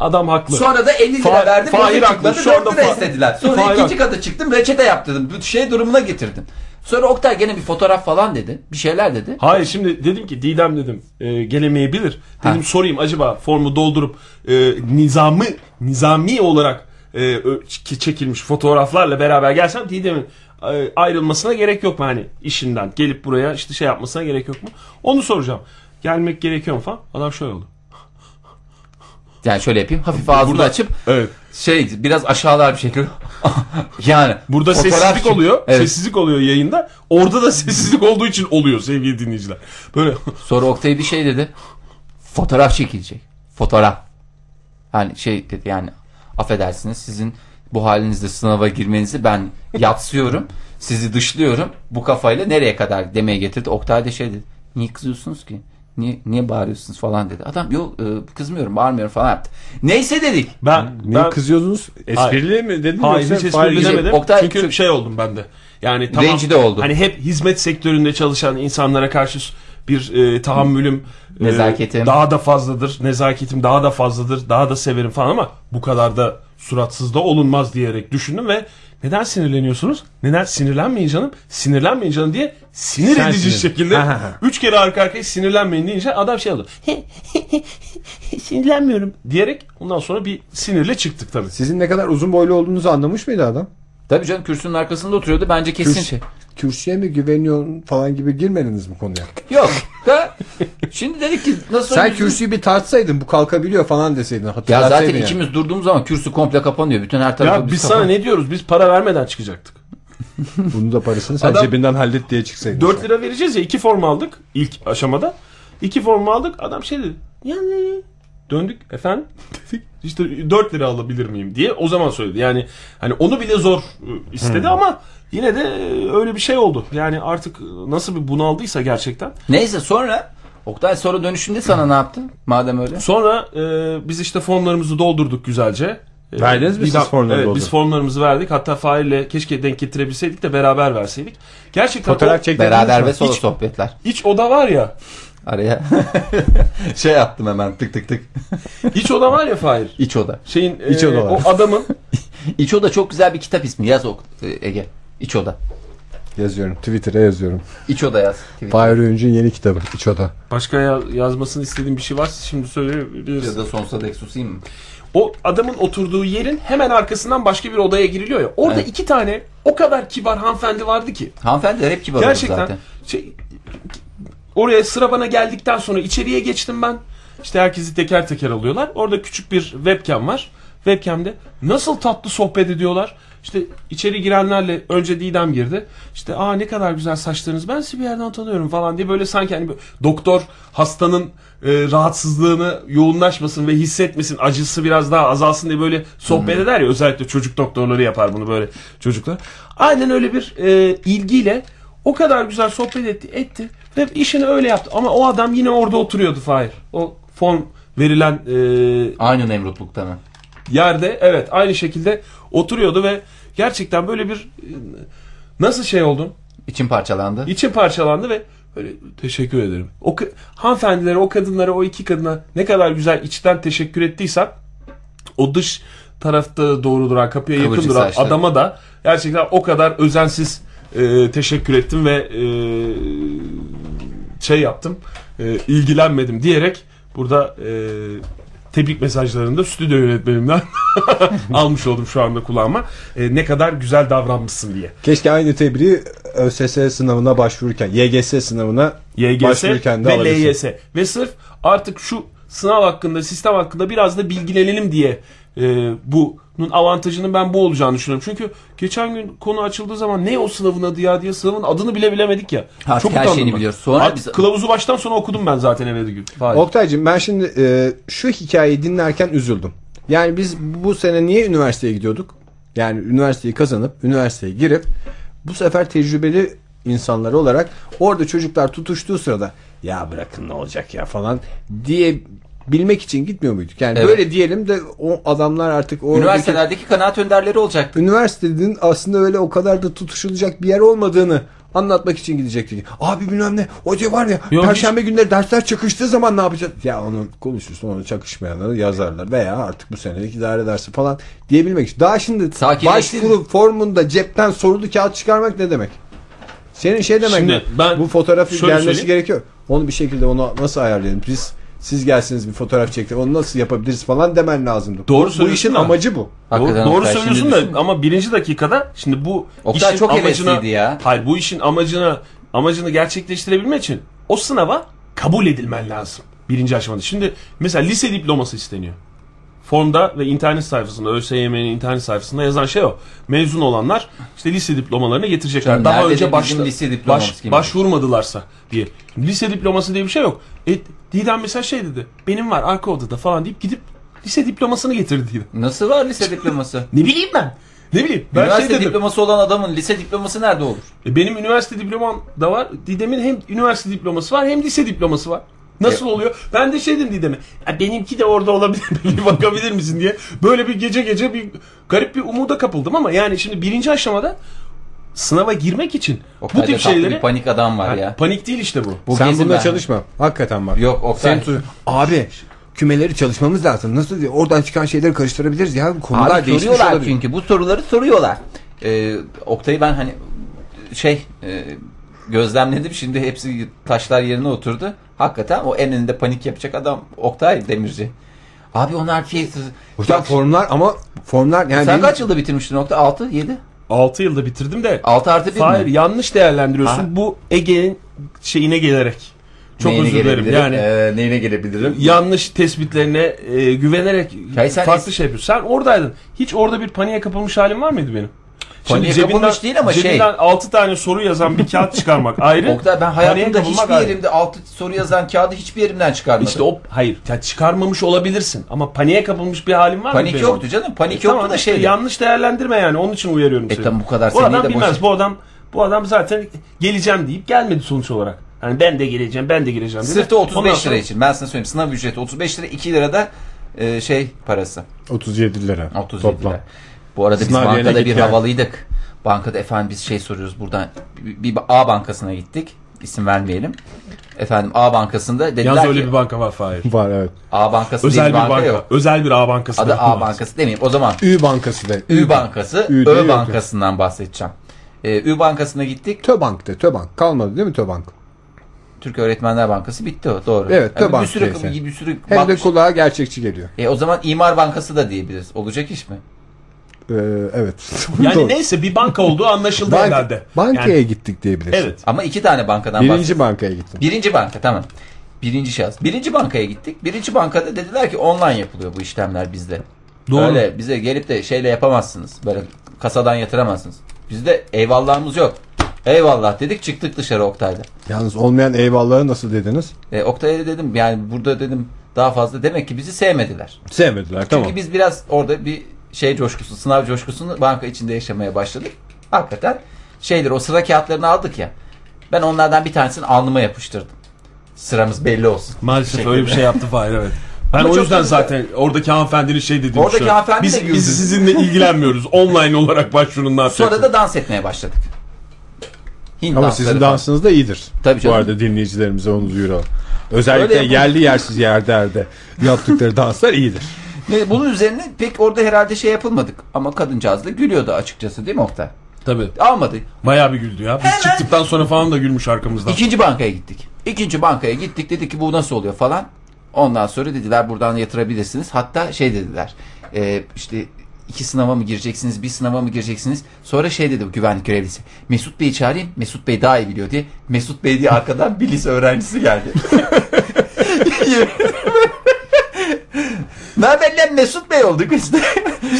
B: adam haklı.
C: Sonra da 50 lira
B: Fa-
C: verdim.
B: Fahir
C: Fahir
B: haklı,
C: haklı.
B: şu anda Fa-
C: istediler. Sonra
B: Fahir
C: ikinci
B: haklı.
C: kata çıktım reçete yaptırdım. Bu şey durumuna getirdim. Sonra Oktay gene bir fotoğraf falan dedi. Bir şeyler dedi.
B: Hayır şimdi dedim ki Didem dedim e, gelemeyebilir. Dedim
C: Ha.
B: sorayım acaba formu doldurup e, nizamı nizami olarak e, ö- ç- çekilmiş fotoğraflarla beraber gelsem Didem'in e, ayrılmasına gerek yok mu hani işinden gelip buraya işte şey yapmasına gerek yok mu? Onu soracağım. Gelmek gerekiyor mu falan. Adam şöyle oldu.
C: Yani şöyle yapayım. Hafif ağzını
B: Burada-
C: açıp
B: Evet.
C: şey biraz aşağılar bir şekilde. yani
B: Burada
C: fotoğraf
B: sessizlik
C: çek-
B: oluyor.
C: Evet.
B: Sessizlik oluyor yayında. Orada da sessizlik olduğu için oluyor sevgili dinleyiciler. Böyle
C: Sonra Oktay bir şey dedi. Fotoğraf çekilecek. Fotoğraf. Yani şey dedi yani affedersiniz sizin bu halinizde sınava girmenizi ben yatsıyorum. sizi dışlıyorum. Bu kafayla nereye kadar demeye getirdi. Oktay da şey dedi. Niye kızıyorsunuz ki? Niye, niye bağırıyorsunuz falan dedi. Adam yok e, kızmıyorum bağırmıyorum falan yaptı. Neyse dedik.
B: ben
A: Niye
B: ben
A: kızıyordunuz? Esprili mi dedin
B: Hayır
A: yoksa
B: hiç espri
A: Fahir-
C: Şey,
B: bilemedim.
C: Oktay-
B: çünkü
C: çünkü-
B: şey oldum ben de. Yani tamam.
C: Rencide oldu.
B: Hani hep hizmet sektöründe çalışan insanlara karşı bir e, tahammülüm e,
C: Nezaketim.
B: daha da fazladır. Nezaketim daha da fazladır. Daha da severim falan ama bu kadar da suratsız da olunmaz diyerek düşündüm ve neden sinirleniyorsunuz? Neden sinirlenmeyin canım? Sinirlenmeyin canım diye sinir
A: Sen
B: edici
A: sinir-
B: şekilde
A: Ha, ha, ha.
B: üç kere arka arkaya sinirlenmeyin deyince adam şey oldu. Sinirlenmiyorum diyerek ondan sonra bir sinirle çıktık tabii.
A: Sizin ne kadar uzun boylu olduğunuzu anlamış mıydı adam?
C: Tabii canım kürsünün arkasında oturuyordu. Bence kesin
A: Kürs-
C: şey.
A: Kürsüye mi güveniyorsun falan gibi girmediniz mi konuya?
C: Yok da Şimdi dedik ki nasıl
A: Sen
C: oyuncu-
A: kürsüyü bir tartsaydın bu kalkabiliyor falan deseydin.
C: Ya
A: hatırlatsaydın
C: zaten
A: yani.
C: ikimiz durduğumuz zaman kürsü komple kapanıyor. Bütün her tarafı
B: Ya biz sana ne diyoruz? Biz para vermeden çıkacaktık.
A: Bunu da parasını sen
B: Adam-
A: cebinden hallet diye çıksaydın.
B: 4
A: sen.
B: lira vereceğiz ya iki form aldık ilk aşamada. İki form aldık adam şey dedi. Yani döndük efendim dedik işte 4 lira alabilir miyim diye o zaman söyledi. Yani hani onu bile zor e,
A: Hmm.
B: istedi ama yine de e, öyle bir şey oldu. Yani artık e, nasıl bir bunaldıysa gerçekten.
C: Neyse sonra Oktay sonra dönüşünde sana ne yaptın? Madem öyle.
B: Sonra e, biz işte formlarımızı doldurduk güzelce. E,
A: Verdiniz mi
B: bir
A: siz
B: daha-
A: formları
B: Evet
A: doldurun?
B: biz formlarımızı verdik. Hatta Fahir'le keşke denk getirebilseydik de beraber verseydik. Gerçekten
A: Fotoğraf
B: o-
A: çektirdiniz
C: Beraber
A: mi?
C: ve solo
B: Hiç-
C: sohbetler.
B: iç oda var ya.
C: Araya şey yaptım hemen tık tık tık.
B: İç oda var ya Fahir.
C: İç oda.
B: Şeyin e,
A: İç oda var.
B: o adamın
C: İç oda çok güzel bir kitap ismi. Yaz ok e, Ege. İç oda.
A: Yazıyorum. Twitter'a yazıyorum.
C: İç oda yaz. Twitter.
A: Fahir Öğüncü'nün yeni kitabı. İç oda.
B: Başka ya- yazmasını istediğim bir şey varsa şimdi
C: Ya
B: söyleyebilirsin.
C: da sonsuza dek susayım mı?
B: O adamın oturduğu yerin hemen arkasından başka bir odaya giriliyor ya. Orada
C: Evet.
B: iki tane o kadar kibar hanımefendi vardı ki.
C: Hanımefendiler hep kibar olur
B: Gerçekten
C: zaten.
B: şey oraya sıra bana geldikten sonra içeriye geçtim ben. İşte herkesi teker teker alıyorlar. Orada küçük bir webcam var. Webcam'de nasıl tatlı sohbet ediyorlar. İşte içeri girenlerle önce Didem girdi. İşte aa ne kadar güzel saçlarınız ben sizi bir yerden tanıyorum falan diye böyle sanki hani böyle doktor hastanın e, rahatsızlığını yoğunlaşmasın ve hissetmesin acısı biraz daha azalsın diye böyle sohbet eder ya özellikle çocuk doktorları yapar bunu böyle çocuklar. Aynen öyle bir e, ilgiyle o kadar güzel sohbet etti, etti ve işini öyle yaptı. Ama o adam yine orada oturuyordu Fahir. O form verilen e,
C: Aynı Nemrutluk'ta mı?
B: yerde evet aynı şekilde oturuyordu ve gerçekten böyle bir e, nasıl şey oldum?
C: İçim parçalandı.
B: İçim parçalandı ve böyle teşekkür ederim. O kı- hanımefendilere, o kadınlara, o iki kadına ne kadar güzel içten teşekkür ettiysen o dış tarafta doğru duran, kapıya yakın
C: Kıvırcık
B: duran
C: saçları.
B: adama da gerçekten o kadar özensiz e, teşekkür ettim ve e, şey yaptım, e, ilgilenmedim diyerek burada e, tebrik mesajlarını da stüdyo yönetmenimden almış oldum şu anda kulağıma. E, ne kadar güzel davranmışsın diye.
A: Keşke aynı tebriği ÖSS sınavına başvururken, YGS sınavına
B: YGS
A: başvururken de
B: ve
A: alabilirsin.
B: LYS. Ve sırf artık şu sınav hakkında, sistem hakkında biraz da bilgilenelim diye e, bunun avantajının ben bu olacağını düşünüyorum. Çünkü geçen gün konu açıldığı zaman ne o sınavın adı ya diye sınavın adını bile bilemedik ya.
C: Artık her
B: utandım
C: şeyini
B: ben.
C: biliyoruz. Sonra
B: Artık
C: biz-
B: kılavuzu baştan sona okudum ben zaten eve de gün. Vay.
A: Oktay'cığım ben şimdi e, şu hikayeyi dinlerken üzüldüm. Yani biz bu sene niye üniversiteye gidiyorduk? Yani üniversiteyi kazanıp, üniversiteye girip bu sefer tecrübeli insanlar olarak orada çocuklar tutuştuğu sırada ya bırakın ne olacak ya falan diye bilmek için gitmiyor muyduk? Yani
C: Evet.
A: böyle diyelim de o adamlar artık o
C: Üniversitelerdeki kanaat önderleri olacaktı.
A: üniversitenin aslında öyle o kadar da tutuşulacak bir yer olmadığını anlatmak için gidecektik. Abi bilmem ne hoca var ya
B: Yok,
A: perşembe günleri dersler çakıştığı zaman ne yapacağız? Ya onu konuşursun onu çakışmayanları yazarlar veya artık bu senelik idare dersi falan diyebilmek için. Daha şimdi
C: Sakinleştirin.
A: başvuru formunda cepten sorulu kağıt çıkarmak ne demek? Senin şey demek
B: Şimdi
A: mi?
B: ben
A: bu fotoğrafı
B: şöyle
A: gelmesi
B: söyleyeyim.
A: gerekiyor. Onu bir şekilde onu nasıl ayarlayalım? Biz siz gelsiniz bir fotoğraf çektir. Onu nasıl yapabiliriz falan demen lazımdı.
B: Doğru
A: bu
B: söylüyorsun
A: işin
B: da.
A: amacı bu.
B: Doğru,
C: Hakikaten
B: doğru
C: Oktay, şimdi
B: söylüyorsun da
C: düşün.
B: ama birinci dakikada şimdi bu
C: Oktay
B: işin
C: çok
B: amacına
C: hevesliydi ya.
B: hayır bu işin amacına amacını gerçekleştirebilmek için o sınava kabul edilmen lazım birinci aşamada. Şimdi mesela lise diploması isteniyor. Formda ve internet sayfasında ÖSYM'nin internet sayfasında yazan şey o. Mezun olanlar işte lise diplomalarını getirecekler.
C: Canım,
B: Daha
C: nerede de
B: önce
C: bizim
B: başla,
C: lise diplomamız
B: baş-
C: gibi? şey?
B: başvurmadılarsa diye. Lise diploması diye bir şey yok. E, Didem mesela şey dedi. Benim var arka odada falan deyip gidip lise diplomasını getirdi Didem.
C: Nasıl var lise diploması?
B: Ne bileyim ben. Ne bileyim. Ben
C: Üniversite
B: şey dedim.
C: diploması olan adamın lise diploması nerede olur?
B: E, Benim üniversite diplomam da var. Didem'in hem üniversite diploması var hem lise diploması var. Nasıl oluyor? Ben de şey dedim Didem'e. "Ya benimki de orada olabilir. Bir bakabilir misin diye. Böyle bir gece gece bir garip bir umuda kapıldım ama yani şimdi birinci aşamada sınava girmek için
C: Oktay'da
B: bu tip
C: tatlı
B: şeyleri
C: Bir panik adam var
B: Yani
C: ya.
B: panik değil işte bu.
C: Bu
A: Sen
C: gezin
A: bunda
C: ben-
A: çalışma. Hakikaten bak.
C: Yok Oktay.
A: Sen tu- abi kümeleri çalışmamız lazım. Nasıl diyor? Oradan çıkan şeyleri karıştırabiliriz ya. Konular
C: Abi
A: değişmiş
C: soruyorlar
A: olabilir.
C: çünkü bu soruları soruyorlar. Ee, Oktay'ı ben hani şey e, gözlemledim şimdi hepsi taşlar yerine oturdu. Hakikaten o eninde panik yapacak adam Oktay Demirci. Abi onlar ki
A: Hocam formlar ama formlar yani
C: sen
A: benim-
C: kaç yılda bitirmiştin Oktay? 6, 7?
B: 6 yılda bitirdim de
C: 6 artı 1
B: Hayır
C: mi?
B: yanlış değerlendiriyorsun.
C: Ha.
B: Bu Ege'nin şeyine gelerek. Çok
C: neyine
B: özür dilerim,
C: gelebilirim,
B: yani-
C: e, neyine gelebilirim.
B: yanlış tespitlerine e, güvenerek
C: Hayır, sen
B: farklı
C: es-
B: şey yapıyorsun. Sen oradaydın. Hiç orada bir paniğe kapılmış halim var mıydı benim?
C: Paniğe kapılmış değil ama şey-
B: cebinden 6 tane soru yazan bir kağıt çıkarmak ayrı.
C: Oktay ben
B: Paniğe
C: hayatımda
B: kapılmak
C: hiçbir
B: ayrı.
C: yerimde altı soru yazan kağıdı hiçbir yerimden çıkarmadım.
B: İşte o hayır. Ya çıkarmamış olabilirsin ama paniğe kapılmış bir halin var mı?
C: Panik
B: benim?
C: yoktu canım. Panik
B: E,
C: yoktu
B: tamam
C: da
B: işte
C: şey.
B: yanlış değerlendirme yani. Onun için uyarıyorum
C: E
B: seni.
C: tamam bu kadar
B: bu
C: seneyi
B: adam
C: de boş.
B: bilmez. Bu adam bu adam zaten geleceğim deyip gelmedi sonuç olarak. Hani ben de geleceğim, ben de geleceğim. dedi.
C: Sırf da
B: Ondan
C: 35
B: sonra-
C: lira için. Ben sana söyleyeyim. Sınav ücreti 35 lira 2 lira da e, şey parası.
D: 37 lira
C: 37
D: toplam.
C: lira. Bu arada biz
D: Sınav yerine
C: bankada
D: git
C: bir
D: gel.
C: havalıydık. Bankada efendim biz şey soruyoruz buradan. Bir, bir A bankasına gittik. İsim vermeyelim. Efendim A bankasında dediler
B: Yalnız
C: ki
B: öyle bir banka var Fahir.
D: Var evet.
C: A bankası
B: Özel
C: diye
B: bir
C: bir banka,
B: banka.
C: yok.
B: Özel bir A bankası.
C: Adı A bankası demeyeyim. O zaman
D: Ü bankası da.
C: Ü bankası,
D: Ü de
C: Ö
D: yok.
C: bankasından bahsedeceğim. Ee, Ü bankasına gittik.
D: Töbank de Töbank. Kalmadı değil mi Töbank?
C: Türk Öğretmenler Bankası bitti o. Doğru.
D: Evet,
C: bir
D: Töbank
C: sürü,
D: neyse.
C: bir sürü
D: Hem de
C: bank-
D: kulağa gerçekçi geliyor.
C: E, o zaman İmar Bankası da diyebiliriz. Olacak iş mi?
D: Ee, evet.
B: Yani
D: Doğru.
B: neyse bir banka olduğu anlaşıldı
D: Bank-
B: herhalde.
D: bankaya
B: Yani,
D: gittik diyebiliriz.
B: evet.
C: Ama iki tane bankadan bahsediyoruz.
D: Birinci bankaya gittim.
C: Birinci banka tamam. Birinci şahıs. Birinci bankaya gittik. Birinci bankada dediler ki online yapılıyor bu işlemler bizde.
B: Doğru.
C: Öyle bize gelip de şeyle yapamazsınız. Böyle kasadan yatıramazsınız. Bizde eyvallahımız yok. Eyvallah dedik çıktık dışarı Oktay'da.
D: Yalnız olmayan eyvallahı nasıl dediniz?
C: E, Oktay'a da dedim yani burada dedim daha fazla demek ki bizi sevmediler.
D: Sevmediler tamam.
C: Çünkü biz biraz orada bir şey coşkusu, sınav coşkusunu banka içinde yaşamaya başladık. Hakikaten şeydir o sıra kağıtlarını aldık ya. Ben onlardan bir tanesini alnıma yapıştırdım. Sıramız belli olsun.
B: Maalesef öyle bir şey yaptı Fahir evet. Ben
C: Ama
B: o
C: çok
B: yüzden
C: güzel.
B: zaten oradaki hanımefendinin şey dediğini
C: Oradaki
B: düşünüyorum.
C: hanımefendi de
B: Biz,
C: güldü.
B: biz sizinle ilgilenmiyoruz. Online olarak başvurun ne yapacaksınız?
C: Sonra da dans etmeye başladık. Hint
D: Ama
C: dansları
D: sizin
C: falan.
D: dansınız da iyidir.
C: Tabii canım.
D: Bu arada dinleyicilerimize onu duyuralım. Özellikle
C: Öyle yapın.
D: yerli yersiz yerlerde yaptıkları danslar iyidir.
C: Ve bunun üzerine pek orada herhalde şey yapılmadık. Ama kadıncağız da gülüyordu açıkçası değil mi Oktay?
B: Tabii.
C: Almadı.
B: Bayağı bir güldü ya. Biz
C: Hemen-
B: çıktıktan sonra falan da gülmüş arkamızdan.
C: İkinci bankaya gittik. İkinci bankaya gittik dedi ki bu nasıl oluyor falan. Ondan sonra dediler buradan yatırabilirsiniz. Hatta şey dediler e, işte iki sınava mı gireceksiniz bir sınava mı gireceksiniz. Sonra şey dedi bu güvenlik görevlisi Mesut Bey'i çağırayım Mesut Bey daha iyi biliyor diye. Mesut Bey diye arkadan bir lise öğrencisi geldi. Ne haber lan Mesut Bey olduk biz de.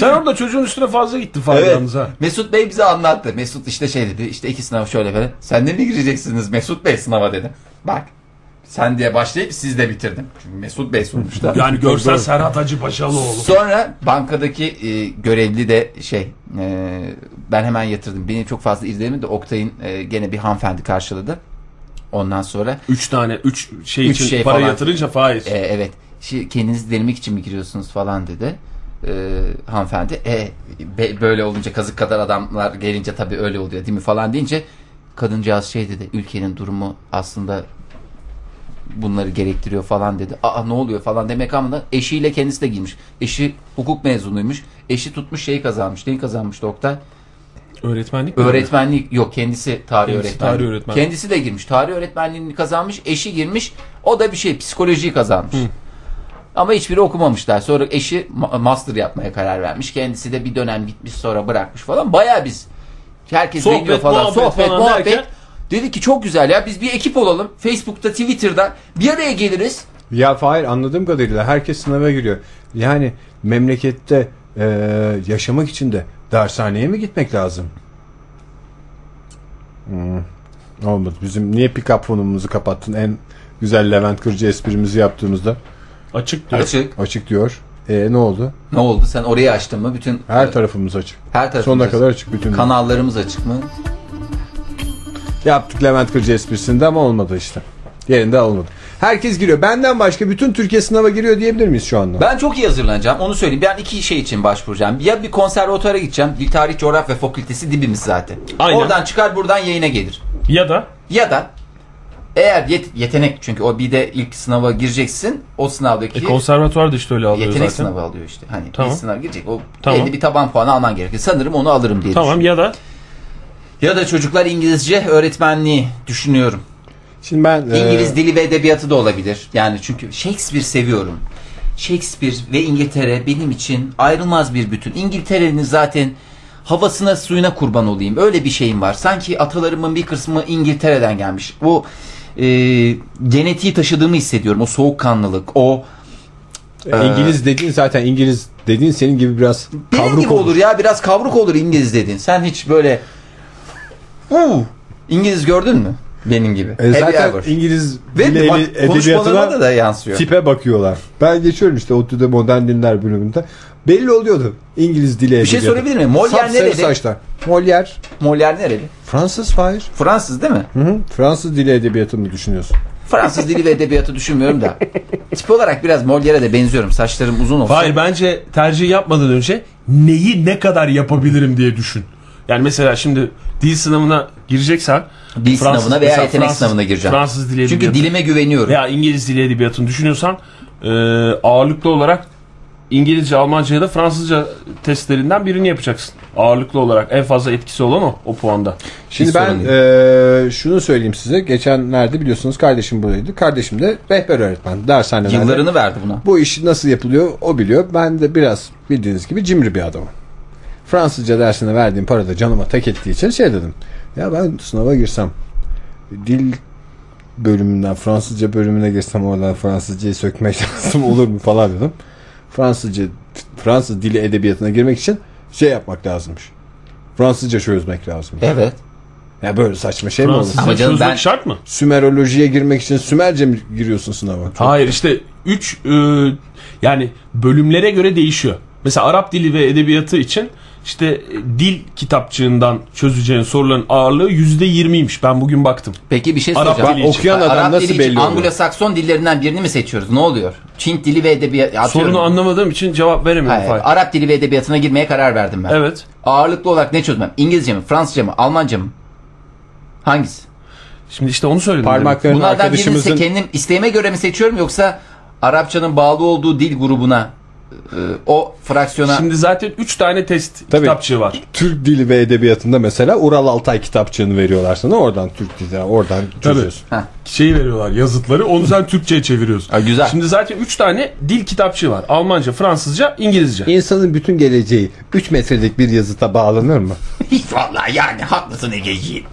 B: Sen orada çocuğun üstüne fazla gittin Fahir yalnız ha.
C: Mesut Bey bize anlattı. Mesut işte şey dedi. İşte iki sınav şöyle böyle. Sen de mi gireceksiniz Mesut Bey sınava dedi. Bak. Sen diye başlayıp siz de bitirdim. Çünkü Mesut Bey sunmuştu.
B: Yani görsen Serhat Hacı Paşalıoğlu.
C: Sonra bankadaki e, görevli de şey e, ben hemen yatırdım. Beni çok fazla izlemedi de Oktay'ın e, gene bir hanımefendi karşıladı. Ondan sonra
B: Üç tane, üç şey
C: Üç
B: için
C: şey
B: para
C: falan.
B: yatırınca faiz.
C: E, evet. Şi- kendinizi denemek için mi giriyorsunuz falan dedi. E, hanımefendi. E, be- böyle olunca kazık kadar adamlar gelince tabii öyle oluyor değil mi falan deyince kadıncağız şey dedi. Ülkenin durumu aslında bunları gerektiriyor falan dedi. Aa ne oluyor falan demek ama eşiyle kendisi de girmiş. Eşi hukuk mezunuymuş. Eşi tutmuş şeyi kazanmış. Neyi kazanmıştı Oktay?
B: Öğretmenlik mi?
C: Öğretmenlik yok kendisi tarih
B: Kendisi
C: öğretmenliği.
B: tarih öğretmen.
C: Kendisi de girmiş. Tarih öğretmenliğini kazanmış. Eşi girmiş. O da bir şey psikolojiyi kazanmış. Ama hiçbiri okumamışlar. Sonra eşi ma- master yapmaya karar vermiş. Kendisi de bir dönem gitmiş sonra bırakmış falan. Baya biz herkes
B: Sohbet,
C: bekliyor falan.
B: muhabbet
C: sohbet,
B: falan
C: muhabbet.
B: derken-
C: Dedi ki çok güzel ya biz bir ekip olalım. Facebook'ta, Twitter'da bir araya geliriz.
D: Ya Fahir anladığım kadarıyla herkes sınava giriyor. Yani memlekette e, yaşamak için de dershaneye mi gitmek lazım? Hmm, olmadı. Bizim niye pick-up fonumuzu kapattın? En güzel Levent Kırcı esprimizi yaptığımızda
B: Açık diyor.
C: Açık.
D: açık diyor. E ne oldu?
C: Ne oldu? Sen orayı açtın mı? Bütün
D: Her tarafımız açık.
C: her tarafımız
D: Sonuna
C: açık.
D: kadar açık bütün.
C: Kanallarımız açık mı?
D: Yaptık Levent Kırcı esprisinde ama olmadı işte. Yerinde olmadı. Herkes giriyor. Benden başka bütün Türkiye sınava giriyor diyebilir miyiz şu anda?
C: Ben çok iyi hazırlanacağım. Onu söyleyeyim. Ben iki şey için başvuracağım. Ya bir konservatuara gideceğim. Dil Tarih Coğrafya Fakültesi dibimiz zaten.
B: Aynen.
C: Oradan çıkar buradan yayına gelir.
B: Ya da
C: Ya da eğer yet- yetenek çünkü o bir de ilk sınava gireceksin. O sınavdaki
B: e, konservatuvar da işte öyle alıyor
C: yetenek
B: zaten.
C: sınavı alıyor işte. Hani
B: Tamam.
C: bir sınav girecek. O
B: Tamam.
C: belli bir taban puanı alman gerekiyor. Sanırım onu alırım diye
B: Tamam
C: düşünüyorum.
B: ya da
C: Ya da çocuklar İngilizce öğretmenliği düşünüyorum.
D: Şimdi ben
A: Ee,
D: e,
C: İngiliz dili ve edebiyatı da olabilir. Yani çünkü Shakespeare seviyorum. Shakespeare ve İngiltere benim için ayrılmaz bir bütün. İngiltere'nin zaten havasına suyuna kurban olayım. Öyle bir şeyim var. Sanki atalarımın bir kısmı İngiltere'den gelmiş. O e, genetiği taşıdığımı hissediyorum. O soğukkanlılık, o
A: İngiliz dediğin zaten İngiliz dediğin senin gibi biraz
C: Ee, Benim
A: kavruk
C: gibi
A: olur.
C: olur. ya biraz kavruk olur İngiliz dedin. Sen hiç böyle Uu, İngiliz gördün mü? Benim gibi.
A: E, zaten
C: Happy hour.
A: İngiliz dili
C: Ve bak,
A: evi-
C: konuşmalarına da,
A: edebiyatına
C: da yansıyor.
A: tipe bakıyorlar. Ben geçiyorum işte ODTÜ'de modern dinler bölümünde. Belli oluyordu İngiliz dili
C: Bir şey sorabilir miyim? Molière
A: Sapsarı
C: nereli?
A: saçlar. Molière.
C: Molière nereli?
A: Fransız hayır.
C: Fransız değil mi?
A: Hı hı. Fransız dili edebiyatı mı düşünüyorsun?
C: Fransız dili ve edebiyatı düşünmüyorum da. Tip olarak biraz Molière'e de benziyorum. Saçlarım uzun olsun.
B: Hayır bence tercih yapmadan önce neyi ne kadar yapabilirim diye düşün. Yani mesela şimdi dil sınavına gireceksen
C: Dil sınavına veya
B: mesela
C: yetenek sınavına gireceğim.
B: Fransız dili
C: Çünkü
B: edebiyatı
C: dilime güveniyorum.
B: veya İngiliz dili edebiyatını düşünüyorsan e, ağırlıklı olarak İngilizce, Almanca ya da Fransızca testlerinden birini yapacaksın. Ağırlıklı olarak en fazla etkisi olan o o puanda.
A: Şimdi
C: Hiç
A: ben
C: sorun
A: eee, şunu söyleyeyim size. Geçenlerde biliyorsunuz kardeşim buradaydı. Kardeşim de rehber öğretmen. Dershanelerde.
C: Yıllarını verdi buna.
A: Bu iş nasıl yapılıyor o biliyor. Ben de biraz bildiğiniz gibi cimri bir adamım. Fransızca dersine verdiğim para da canıma tak ettiği için şey dedim. Ya ben sınava girsem dil bölümünden Fransızca bölümüne girsem oradan Fransızcayı sökmek lazım olur mu falan dedim. Fransızca Fransız dili edebiyatına girmek için şey yapmak lazımmış. Fransızca çözmek lazım.
C: Evet.
A: Ya böyle saçma şey mi olur?
B: Fransızca
C: Ama canım
B: çözmek
C: ben-
B: şart mı?
A: Sümerolojiye girmek için Sümerce mi giriyorsun sınava?
B: Hayır işte 3 yani bölümlere göre değişiyor. Mesela Arap dili ve edebiyatı için işte e, dil kitapçığından çözeceğin soruların ağırlığı %20'ymiş. Ben bugün baktım.
C: Peki bir şey
B: Arap
C: soracağım.
B: dili için.
A: Okuyan adam
C: Arap
A: nasıl
C: dili için
A: belli oluyor?
C: Anglo-Sakson dillerinden birini mi seçiyoruz? Ne oluyor? Çin dili ve edebiyatı.
B: Sorunu anlamadığım için cevap veremedim. Hayır.
C: Arap dili ve edebiyatına girmeye karar verdim ben.
B: Evet.
C: Ağırlıklı olarak ne çözmem? İngilizce mi? Fransızca mı? Almanca mı? Hangisi?
B: Şimdi işte onu söyledim. demin.
A: Parmaklarını
C: Bunlardan birini se-
A: arkadaşımızın
C: kendim isteğime göre mi seçiyorum yoksa Arapçanın bağlı olduğu dil grubuna e, o fraksiyona
B: Şimdi zaten 3 tane test
A: Tabii.
B: kitapçığı var.
A: Türk dili ve edebiyatında mesela Ural Altay kitapçığını veriyorlar sana. Oradan Türk dili, oradan çözüyorsun.
C: Heh.
B: Şeyi Şey veriyorlar yazıtları. Onu sen Türkçe'ye çeviriyorsun.
C: Ha, güzel.
B: Şimdi zaten 3 tane dil kitapçığı var. Almanca, Fransızca, İngilizce.
A: İnsanın bütün geleceği 3 metrelik bir yazıta bağlanır mı?
C: Vallahi yani haklısın Egeciğim.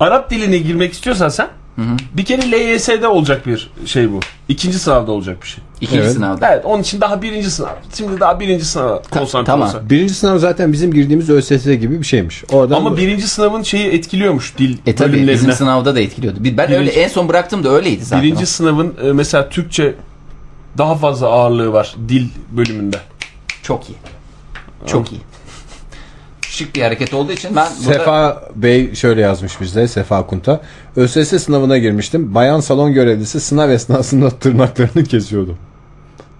B: Arap diline girmek istiyorsan sen bir kere LYS'de olacak bir şey bu. İkinci sınavda olacak bir şey.
C: İkinci
A: Evet.
C: sınavda.
B: Evet onun için daha birinci sınav. Şimdi daha birinci sınava konsantre
C: tamam.
B: olsak.
A: Birinci sınav zaten bizim girdiğimiz ÖSS gibi bir şeymiş. Oradan
B: Ama birinci sınavın şeyi etkiliyormuş dil
C: E tabii
B: bölümlerine.
C: bizim sınavda da etkiliyordu. Bir- Ben öyle
B: Birinci-
C: en son bıraktım da öyleydi zaten.
B: birinci sınavın e, mesela Türkçe daha fazla ağırlığı var dil bölümünde.
C: Çok iyi. Çok iyi. Şık bir hareket olduğu için ben burada
A: Sefa Bey şöyle yazmış bize Sefa Kunta. ÖSS sınavına girmiştim. Bayan salon görevlisi sınav esnasında tırnaklarını kesiyordu.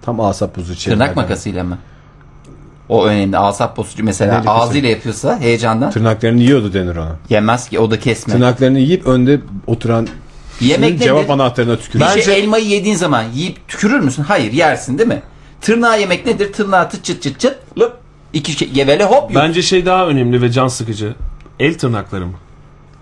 A: Tam asap bozucu şeyler.
C: tırnak makasıyla mı? O önemli. Asap bozucu mesela
A: Neyle
C: ağzıyla yapıyorsa heyecandan
A: Tırnaklarını yiyordu denir ona.
C: yemez ki o da kesme.
A: Tırnaklarını yiyip önde oturan
C: Yemek nedir?
A: cevap anahtarına tükürüyor.
C: Bir
B: Bence-
C: şey elmayı yediğin zaman yiyip tükürür müsün? Hayır yersin değil mi? Tırnağı yemek nedir? Tırnağı tıt çıt çıt çıt lıp iki şey gevele hop yut.
B: Bence şey daha önemli ve can sıkıcı. El tırnakları mı?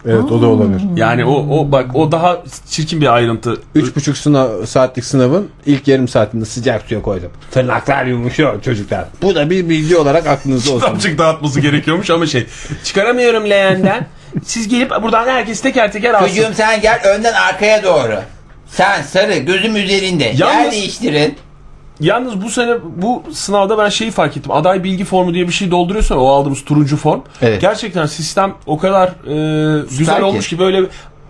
A: Evet o da olabilir.
B: Yani o o bak o daha çirkin bir ayrıntı.
A: Üç buçuk sınav, saatlik sınavın ilk yarım saatinde sıcak suya koydum. Tırnaklar yumuşuyor çocuklar. Bu da bir bilgi olarak aklınızda olsun.
B: Kitapçık dağıtması gerekiyormuş ama şey çıkaramıyorum leğenden. Siz gelip buradan herkes teker teker alsın.
C: Çocuğum sen gel önden arkaya doğru. Sen sarı gözüm üzerinde. Yer
B: Yalnız-
C: değiştirin.
B: Yalnız bu sene bu sınavda ben şeyi fark ettim. Aday bilgi formu diye bir şey dolduruyorsun o aldığımız turuncu form.
C: Evet.
B: Gerçekten sistem o kadar e, güzel
C: ki.
B: olmuş ki böyle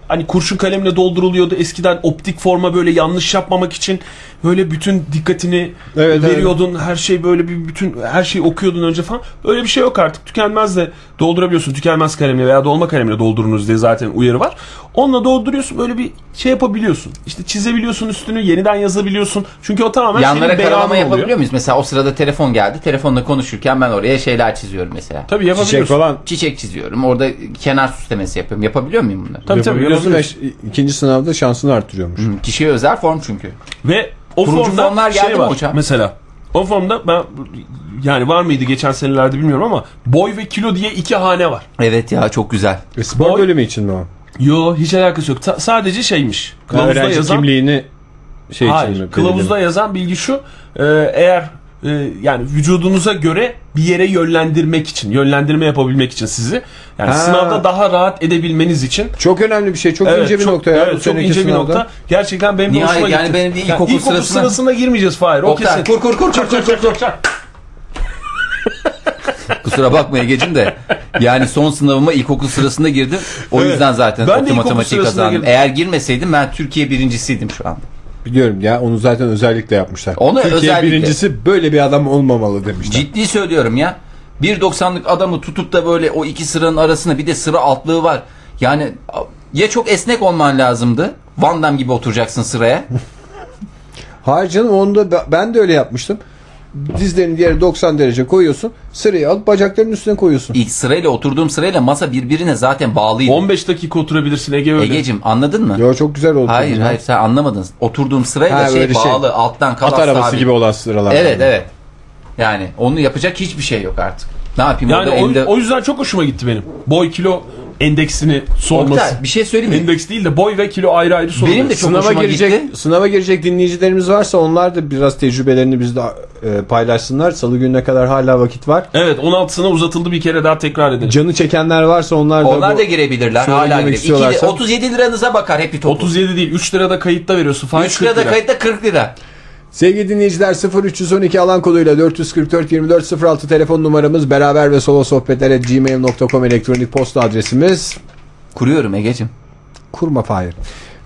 B: hani kurşun kalemle dolduruluyordu. Eskiden optik forma böyle yanlış yapmamak için böyle bütün dikkatini
A: Evet,
B: veriyordun. Her şey böyle bir bütün her şeyi okuyordun önce falan. Öyle bir şey yok artık. Tükenmezle doldurabiliyorsun. Tükenmez kalemle veya dolma kalemle doldurunuz diye zaten uyarı var. Onunla dolduruyorsun. Böyle bir şey yapabiliyorsun. İşte çizebiliyorsun üstünü. Yeniden yazabiliyorsun. Çünkü o tamamen
C: Yanlara
B: senin
C: karalama
B: beyanın
C: yapabiliyor
B: oluyor.
C: muyuz? Mesela o sırada telefon geldi. Telefonla konuşurken ben oraya şeyler çiziyorum mesela.
B: Tabii yapabiliyorsun.
A: Çiçek falan.
C: Çiçek çiziyorum. Orada kenar süslemesi yapıyorum. Yapabiliyor muyum bunları?
B: Tabii tabii
A: Biliyorsun
B: yapabiliyorsun.
A: ve ikinci sınavda şansını artırıyormuş.
C: Hı, Kişiye özel form çünkü.
B: Ve o
C: Turuncu
B: formda
C: formlar geldi mi
B: şey var.
C: hocam?
B: Mesela o formda ben yani var mıydı geçen senelerde bilmiyorum ama boy ve kilo diye iki hane var.
C: Evet ya çok güzel.
A: E, spor
B: Boy-
A: bölümü için mi o?
B: Yo hiç alakası yok. Ta- sadece şeymiş. Kılavuzda
A: Öğrenci
B: yazan
A: kimliğini şey için
B: Hayır.
A: mi?
B: Kılavuzda yazan bilgi şu. e, eğer e, yani vücudunuza göre bir yere yönlendirmek için, yönlendirme yapabilmek için sizi. Yani
A: Ha.
B: sınavda daha rahat edebilmeniz için.
A: Çok önemli bir şey. Çok ince bir
B: çok,
A: nokta ya.
B: evet,
A: bu
B: çok
A: seneki
B: ince bir
A: sınavda.
B: nokta. Gerçekten benim de
C: Nihayet
B: hoşuma
C: yani
B: gitti.
C: benim de ilkokul sırasına-
B: sırasına girmeyeceğiz Fahir. O
C: Oktay
B: kesin.
C: kur kur kur kur kur kur kur. Kusura bakma Ege'cim de yani son sınavıma ilkokul sırasında girdim. O
B: Evet.
C: yüzden zaten
B: Ben de
C: okul
B: ilkokul
C: matematiği
B: sırasında
C: kazandım.
B: girdim.
C: Eğer girmeseydim ben Türkiye birincisiydim şu anda.
A: Biliyorum ya onu zaten özellikle yapmışlar.
C: Onu
A: Türkiye
C: özellikle-
A: birincisi böyle bir adam olmamalı demişler.
C: Ciddi söylüyorum ya. 1.90'lık adamı tutup da böyle o iki sıranın arasında bir de sıra altlığı var. Yani ya çok esnek olman lazımdı. Van Damme gibi oturacaksın sıraya.
A: Hayır canım onu da ben de öyle yapmıştım. Dizlerini diğeri 90 derece koyuyorsun. Sırayı alıp bacaklarının üstüne koyuyorsun.
C: İlk sırayla oturduğum sırayla masa birbirine zaten bağlıydı.
B: 15 dakika oturabilirsin Ege öyle.
C: Egeciğim anladın mı?
A: Yo çok güzel oldu.
C: Hayır
A: Ya.
C: hayır sen anlamadın. Oturduğum sırayla
A: Ha,
C: şey
A: böyle şey.
C: bağlı alttan kalas
A: At arabası
C: sabit.
A: gibi olan sıralar.
C: Evet evet. Yani onu yapacak hiçbir şey yok artık. Ne yapayım
B: Yani
C: orada
B: o,
C: elde...
B: o yüzden çok hoşuma gitti benim. Boy kilo endeksini sorması.
C: Oktay, bir şey söyleyeyim mi?
B: Endeks değil de boy ve kilo ayrı ayrı sorulması.
C: Benim de çok
A: Sınava
C: hoşuma
A: girecek,
C: gitti.
A: sınava girecek dinleyicilerimiz varsa onlar da biraz tecrübelerini bizde e, paylaşsınlar. Salı gününe kadar hala vakit var.
B: Evet 16'sına uzatıldı bir kere daha tekrar edelim.
A: Canı çekenler varsa onlar da
C: Onlar
A: bu-
C: da girebilirler.
A: Sonra
C: Hala
A: girmek
C: girebilir. İki de-
A: istiyorlarsa-
C: 37 liranıza bakar hepi topu.
B: 37 değil 3 lirada kayıtta veriyorsun. Faiz
C: 3 lirada kayıtta 40 lira.
A: Sevgili dinleyiciler 0312 alan koduyla 444 24 06 telefon numaramız beraber ve solo sohbetlere gmail.com elektronik posta adresimiz
C: Kuruyorum Ege'cim.
A: kurma Fahir.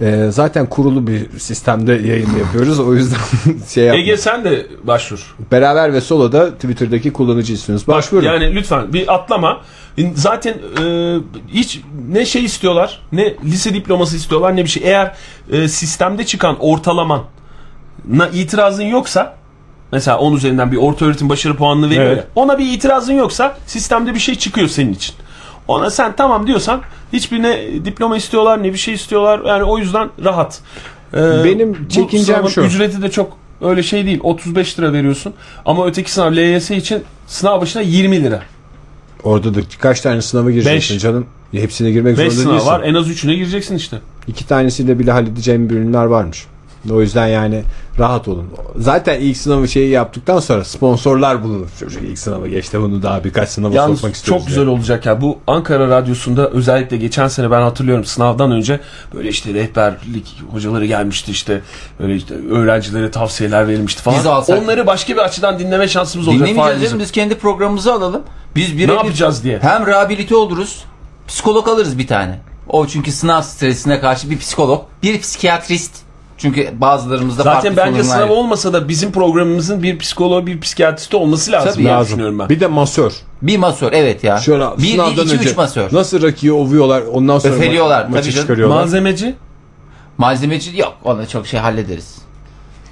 A: Ee, zaten kurulu bir sistemde yayın yapıyoruz o yüzden şey yapma.
B: Ege sen de başvur.
A: Beraber ve solo da Twitter'daki kullanıcı isminiz. Başvurun.
B: Yani lütfen bir atlama. Zaten e, hiç ne şey istiyorlar, ne lise diploması istiyorlar, ne bir şey. Eğer e, sistemde çıkan ortalamana itirazın yoksa mesela 10 üzerinden bir orta öğretim başarı puanını veriyor
A: Evet.
B: ya, Ona bir itirazın yoksa sistemde bir şey çıkıyor senin için. Ona sen tamam diyorsan hiçbirine diploma istiyorlar ne bir şey istiyorlar. Yani o yüzden rahat. Ee,
A: Benim
B: bu
A: çekincem
B: sınavın
A: şu.
B: Ücreti de çok öyle şey değil. 35 lira veriyorsun. Ama öteki sınav LYS için sınav başına 20 lira.
A: Orada da kaç tane sınava gireceksin
B: Beş.
A: canım? Hepsine girmek
B: 5
A: zorunda
B: sınav
A: değilsin.
B: var. En az 3'üne gireceksin işte.
A: İki tanesiyle bile halledeceğim ürünler varmış. O yüzden yani rahat olun. Zaten ilk sınavı şeyi yaptıktan sonra sponsorlar bulunur. Çocuk ilk sınavı geçti bunu daha birkaç sınava sokmak
B: Yalnız
A: istiyoruz.
B: çok güzel
A: yani.
B: olacak ya. Bu Ankara Radyosu'nda özellikle geçen sene ben hatırlıyorum sınavdan önce böyle işte rehberlik hocaları gelmişti işte böyle işte öğrencilere tavsiyeler verilmişti falan.
C: Biz alsak-
B: Onları başka bir açıdan dinleme şansımız olacak.
C: Dinlemeyeceğiz
B: Fahir'cim.
C: canım, biz kendi programımızı alalım. Biz
B: Ne
C: birebir
B: yapacağız diye.
C: hem rehabilite oluruz, psikolog alırız bir tane. O çünkü sınav stresine karşı bir psikolog, bir psikiyatrist. Çünkü bazılarımızda
B: Zaten
C: farklı
B: bence
C: sorunlar
B: sınav
C: yok.
B: olmasa da bizim programımızın bir psikoloğu bir psikiyatristi olması lazım
C: Tabii
B: diye
A: Lazım.
B: düşünüyorum ben.
A: Bir de masör.
C: Bir masör evet ya.
A: Şöyle
C: bir, bir,
A: sınavdan
C: iki,
A: önce
C: üç masör.
A: nasıl rakiyi ovuyorlar ondan sonra
C: Öfeliyorlar,
A: ma- maçı
C: tabii canım.
A: çıkarıyorlar.
B: Malzemeci
C: Malzemeci yok. Ona çok şey hallederiz.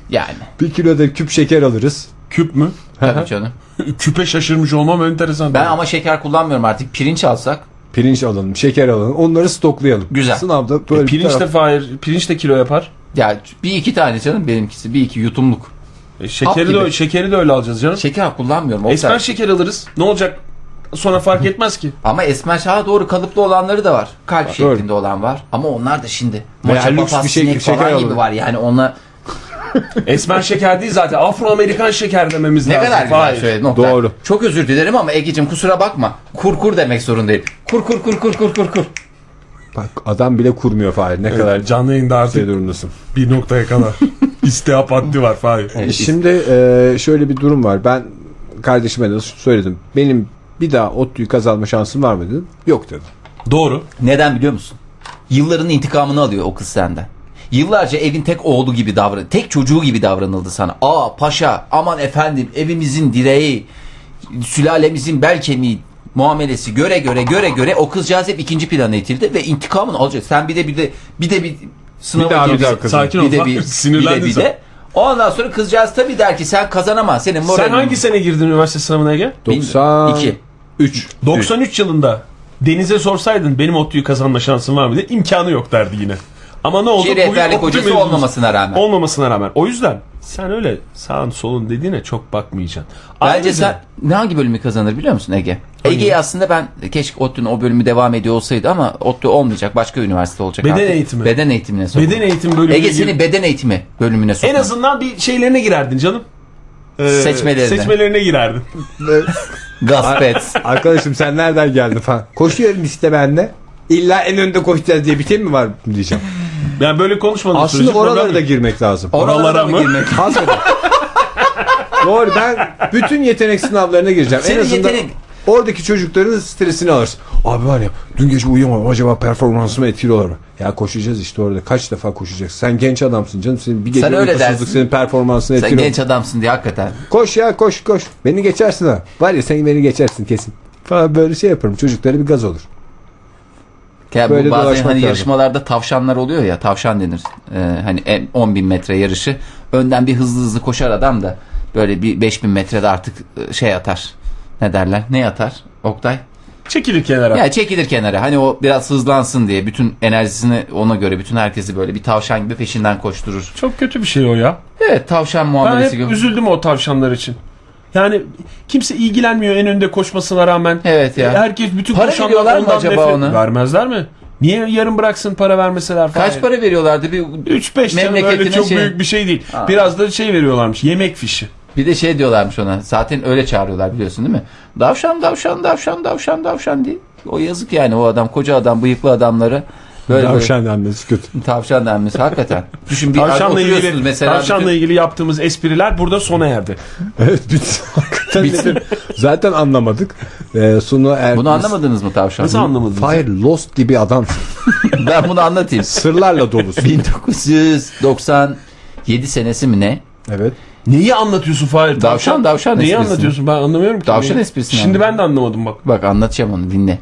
C: Yani.
A: bir kilo da küp şeker alırız.
B: küp mü?
C: Tabii canım.
B: Küpe şaşırmış olmam enteresan. E,
C: Ben ama şeker kullanmıyorum artık. Pirinç alsak.
A: Pirinç alalım, şeker alalım. Onları stoklayalım.
C: Güzel.
A: Sınavda böyle bir
B: E, pirinç de
A: taraf-
B: fahir, pirinç de kilo yapar.
C: Ya bir iki tane canım benimkisi. Bir iki yutumluk.
B: E,
C: Hap
B: şekeri
C: gibi.
B: de şekeri de öyle alacağız canım.
C: Şeker kullanmıyorum. Oktay.
B: Esmer şeker alırız. Ne olacak? Sonra fark etmez ki.
C: Ama esmer şaha doğru kalıplı olanları da var. Kalp
A: doğru.
C: şeklinde olan var. Ama onlar da şimdi.
A: Veya
C: Maça
A: lüks
C: papaz
A: bir şey-
C: sinek
A: şeker
C: falan gibi
A: alalım.
C: var. Yani onunla
B: Esmer şeker değil zaten. Afro-Amerikan şeker dememiz
C: ne
B: lazım.
C: kadar güzel
B: Fahir.
C: söyledin Oktay.
A: Doğru.
C: Çok özür dilerim ama Ege'cim kusura bakma. Kur kur demek zorundayım. Kur kur kur kur kur kur kur.
A: Bak adam bile kurmuyor Fahir. Ne kadar
B: Canlı yayında
A: şey
B: artık
A: durumdasın.
B: bir noktaya kadar. İstihap haddi var Fahir.
A: E, Şimdi e, şöyle bir durum var. Ben kardeşime de söyledim. Benim bir daha ODTÜ'yü kazanma şansım var mı dedim. Yok dedim.
B: Doğru.
C: Neden biliyor musun? Yılların intikamını alıyor o kız senden. Yıllarca evin tek oğlu gibi davran, tek çocuğu gibi davranıldı sana. Aa paşa, aman efendim, evimizin direği, sülalemizin bel kemiği muamelesi göre göre göre göre o kızcağız hep ikinci plana itildi ve intikamını alacak. Sen bir de bir de bir de bir sınava
A: Bir daha, bir
C: girmişsin.
A: daha kızım.
B: Sakin ol.
C: Bir de bir,
B: Sinirlendin
C: bir de bir
B: sen.
C: de. Ondan sonra kızcağız tabii der ki sen kazanamazsın. Senin moralin.
B: Sen hangi sene girdin üniversite sınavına Ege?
C: Bilmiyorum.
A: 90
C: İki.
A: 3.
B: 93 yılında Deniz'e sorsaydın benim ODTÜ'yü kazanma şansım var mı diye imkanı yok derdi yine. Ama ne oldu?
C: Ki
B: Bugün
C: Şey rehberlik
B: ODTÜ
C: hocası
B: mezunuz.
C: olmamasına rağmen.
B: Olmamasına rağmen. O yüzden sen öyle sağın solun dediğine çok bakmayacaksın.
C: Bence
B: Ayrıca-
C: sen ne hangi bölümü kazanır biliyor musun Ege? Ege'yi aslında ben keşke ODTÜ'nün o bölümü devam ediyor olsaydı ama ODTÜ olmayacak. Başka üniversite olacak
B: Beden
C: artık.
B: eğitimi.
C: Beden eğitimine sokma.
B: beden eğitim bölümüne
C: Ege
B: gir-
C: seni beden eğitimi bölümüne sokma.
B: en azından bir şeylerine girerdin canım. e,
C: Seçmelerine.
B: seçmelerine girerdin.
C: Gasp et.
A: Arkadaşım sen nereden geldin falan. Koşuyorum işte ben de. İlla en önde koşacağız diye bir şey mi var diyeceğim.
B: Yani böyle konuşmadığın
A: Aslında
B: sürece problem
A: oralara
B: yok.
A: da girmek lazım.
B: Oralara mı?
C: girmek?
A: Hakikaten. Doğru ben bütün yetenek sınavlarına gireceğim.
C: Senin
A: en azından
C: yetenek.
A: oradaki çocukların stresini alırsın. Abi var ya dün gece uyuyamadım acaba performansıma etkili olur mu? Ya koşacağız işte orada kaç defa koşacaksın. Sen genç adamsın canım senin bir gece
C: Sen öyle
A: uykusuzluk
C: dersin.
A: senin performansına
C: Sen
A: etkili olur.
C: genç adamsın diye hakikaten.
A: Koş ya koş koş beni geçersin ha. Var ya sen beni geçersin kesin. Falan böyle şey yaparım çocuklara bir gaz olur.
C: Ya
A: Böyle
C: bu bazen
A: dolaşmak
C: hani
A: lazım.
C: yarışmalarda tavşanlar oluyor ya tavşan denir. Ee, hani en- 10 bin metre yarışı. Önden bir hızlı hızlı koşar adam da böyle bir 5000 metrede artık e, şey atar. Ne derler? Ne atar? Oktay.
B: Çekilir kenara.
C: Ya çekilir kenara. Hani o biraz hızlansın diye bütün enerjisini ona göre bütün herkesi böyle bir tavşan gibi peşinden koşturur.
B: Çok kötü bir şey o ya.
C: Evet tavşan
B: Ben hep
C: muamelesi gibi.
B: üzüldüm o tavşanlar için. Yani kimse ilgilenmiyor en önde koşmasına rağmen.
C: Evet ya.
B: Herkes bütün
C: Para
B: koşanlar
C: veriyorlar mı
B: ondan
C: acaba
B: nefret-
C: ona?
B: Vermezler mi? Niye yarın bıraksın para vermeseler falan.
C: Kaç para veriyorlardı? Bir,
B: 3-5 canım öyle
C: Memleketine
B: çok
C: şey-
B: büyük bir şey değil. Biraz da şey veriyorlarmış yemek fişi.
C: bir de şey diyorlarmış ona. Zaten öyle çağırıyorlar biliyorsun değil mi? Davşan davşan davşan davşan davşan diye. O yazık yani o adam koca adam bıyıklı adamları. Böyle tavşan.
A: annesi kötü.
C: böyle tavşan denmesi hakikaten. Düşün bir
B: Tavşanla ilgili,
C: oturuyorsunuz mesela.
B: tavşanla
C: bütün-
B: ilgili yaptığımız espriler burada sona erdi.
A: Evet bitsin. Hakikaten nedir? Zaten anlamadık. Ee, Sunu Erkmiş.
C: Bunu anlamadınız mı tavşan?
B: Nasıl anlamadınız?
A: Fire Lost gibi adam.
C: Ben bunu anlatayım.
A: Sırlarla dolusun.
C: 1997 senesi mi ne?
A: evet.
B: Neyi anlatıyorsun Fahir?
C: Davşan, davşan
B: Neyi
C: esprisini.
B: anlatıyorsun ben anlamıyorum ki.
C: Davşan
B: Neyi-
C: esprisini
B: Şimdi
C: anladım.
B: ben de anlamadım bak.
C: Bak anlatacağım onu dinle.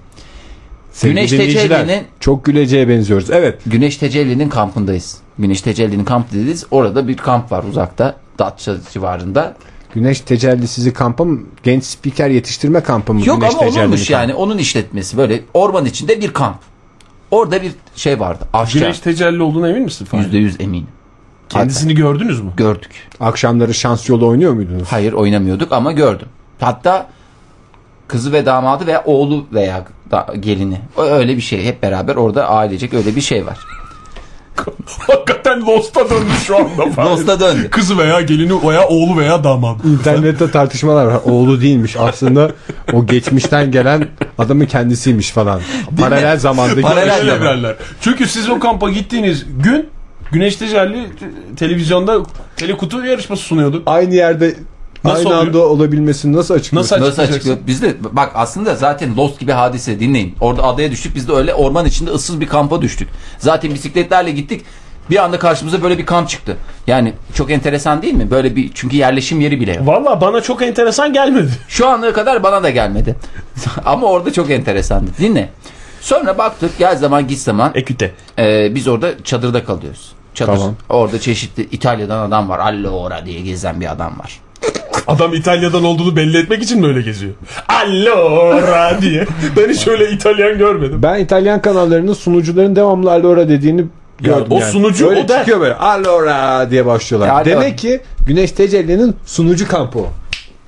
A: Sevgili
C: Güneş
A: dinleyiciler,
C: Tecelli'nin-
A: çok güleceğe benziyoruz. Evet.
C: Güneş Tecelli'nin kampındayız. Güneş Tecelli'nin kampı dediğiz. Orada bir kamp var uzakta. Datça civarında.
A: Güneş tecellisizi kampı mı? Genç spiker yetiştirme kampı mı?
C: Yok
A: Güneş
C: ama
A: tecellisi
C: onunmuş
A: kampı?
C: yani. Onun işletmesi böyle orman içinde bir kamp. Orada bir şey vardı. Aşağı.
B: Güneş tecelli olduğuna emin misin Fahir?
C: Yüzde yüz eminim.
B: Kendisini gördünüz mü?
C: Gördük.
A: Akşamları şans yolu oynuyor muydunuz?
C: Hayır oynamıyorduk ama gördüm. Hatta kızı ve damadı veya oğlu veya da gelini. Ö- Öyle bir şey. Hep beraber orada ailecek öyle bir şey var.
B: Hakikaten Lost'a döndü şu anda Fahir.
C: Dosta döndü.
B: Kızı veya gelini veya oğlu veya damat.
A: İnternette tartışmalar var. Oğlu değilmiş. Aslında o geçmişten gelen adamın kendisiymiş falan. Paralel zamandaki.
C: Paralel
B: Öyle
C: zaman.
B: evrenler. Çünkü siz o kampa gittiğiniz gün Güneş Tecelli te- televizyonda telekutu yarışması sunuyordu.
A: Aynı yerde
B: Nasıl
A: aynı
B: oluyor?
A: anda olabilmesini nasıl açıklıyorsun?
B: Nasıl
C: Nasıl açıklıyor? Biz de bak aslında zaten Lost gibi hadise dinleyin. Orada adaya düştük. Biz de öyle orman içinde ıssız bir kampa düştük. Zaten bisikletlerle gittik. Bir anda karşımıza böyle bir kamp çıktı. Yani çok enteresan değil mi? Böyle bir çünkü yerleşim yeri bile yok.
B: Valla bana çok enteresan gelmedi.
C: Şu ana kadar bana da gelmedi. Ama orada çok enteresandı. Dinle. Sonra baktık gel zaman git zaman
B: Eküte.
C: Ee, biz orada çadırda kalıyoruz. Çadır.
A: E- Tamam.
C: Orada çeşitli İtalya'dan adam var. Allora diye gezen bir adam var.
B: Adam İtalya'dan olduğunu belli etmek için mi öyle geziyor? Allora diye. Ben hiç öyle İtalyan görmedim.
A: Ben İtalyan kanallarının sunucuların devamlı Allora dediğini gördüm
B: o
A: yani.
B: sunucu,
A: Böyle
B: o der.
A: çıkıyor böyle Allora diye başlıyorlar.
C: Ya,
A: Demek ki Güneş Tecelli'nin sunucu kampı o.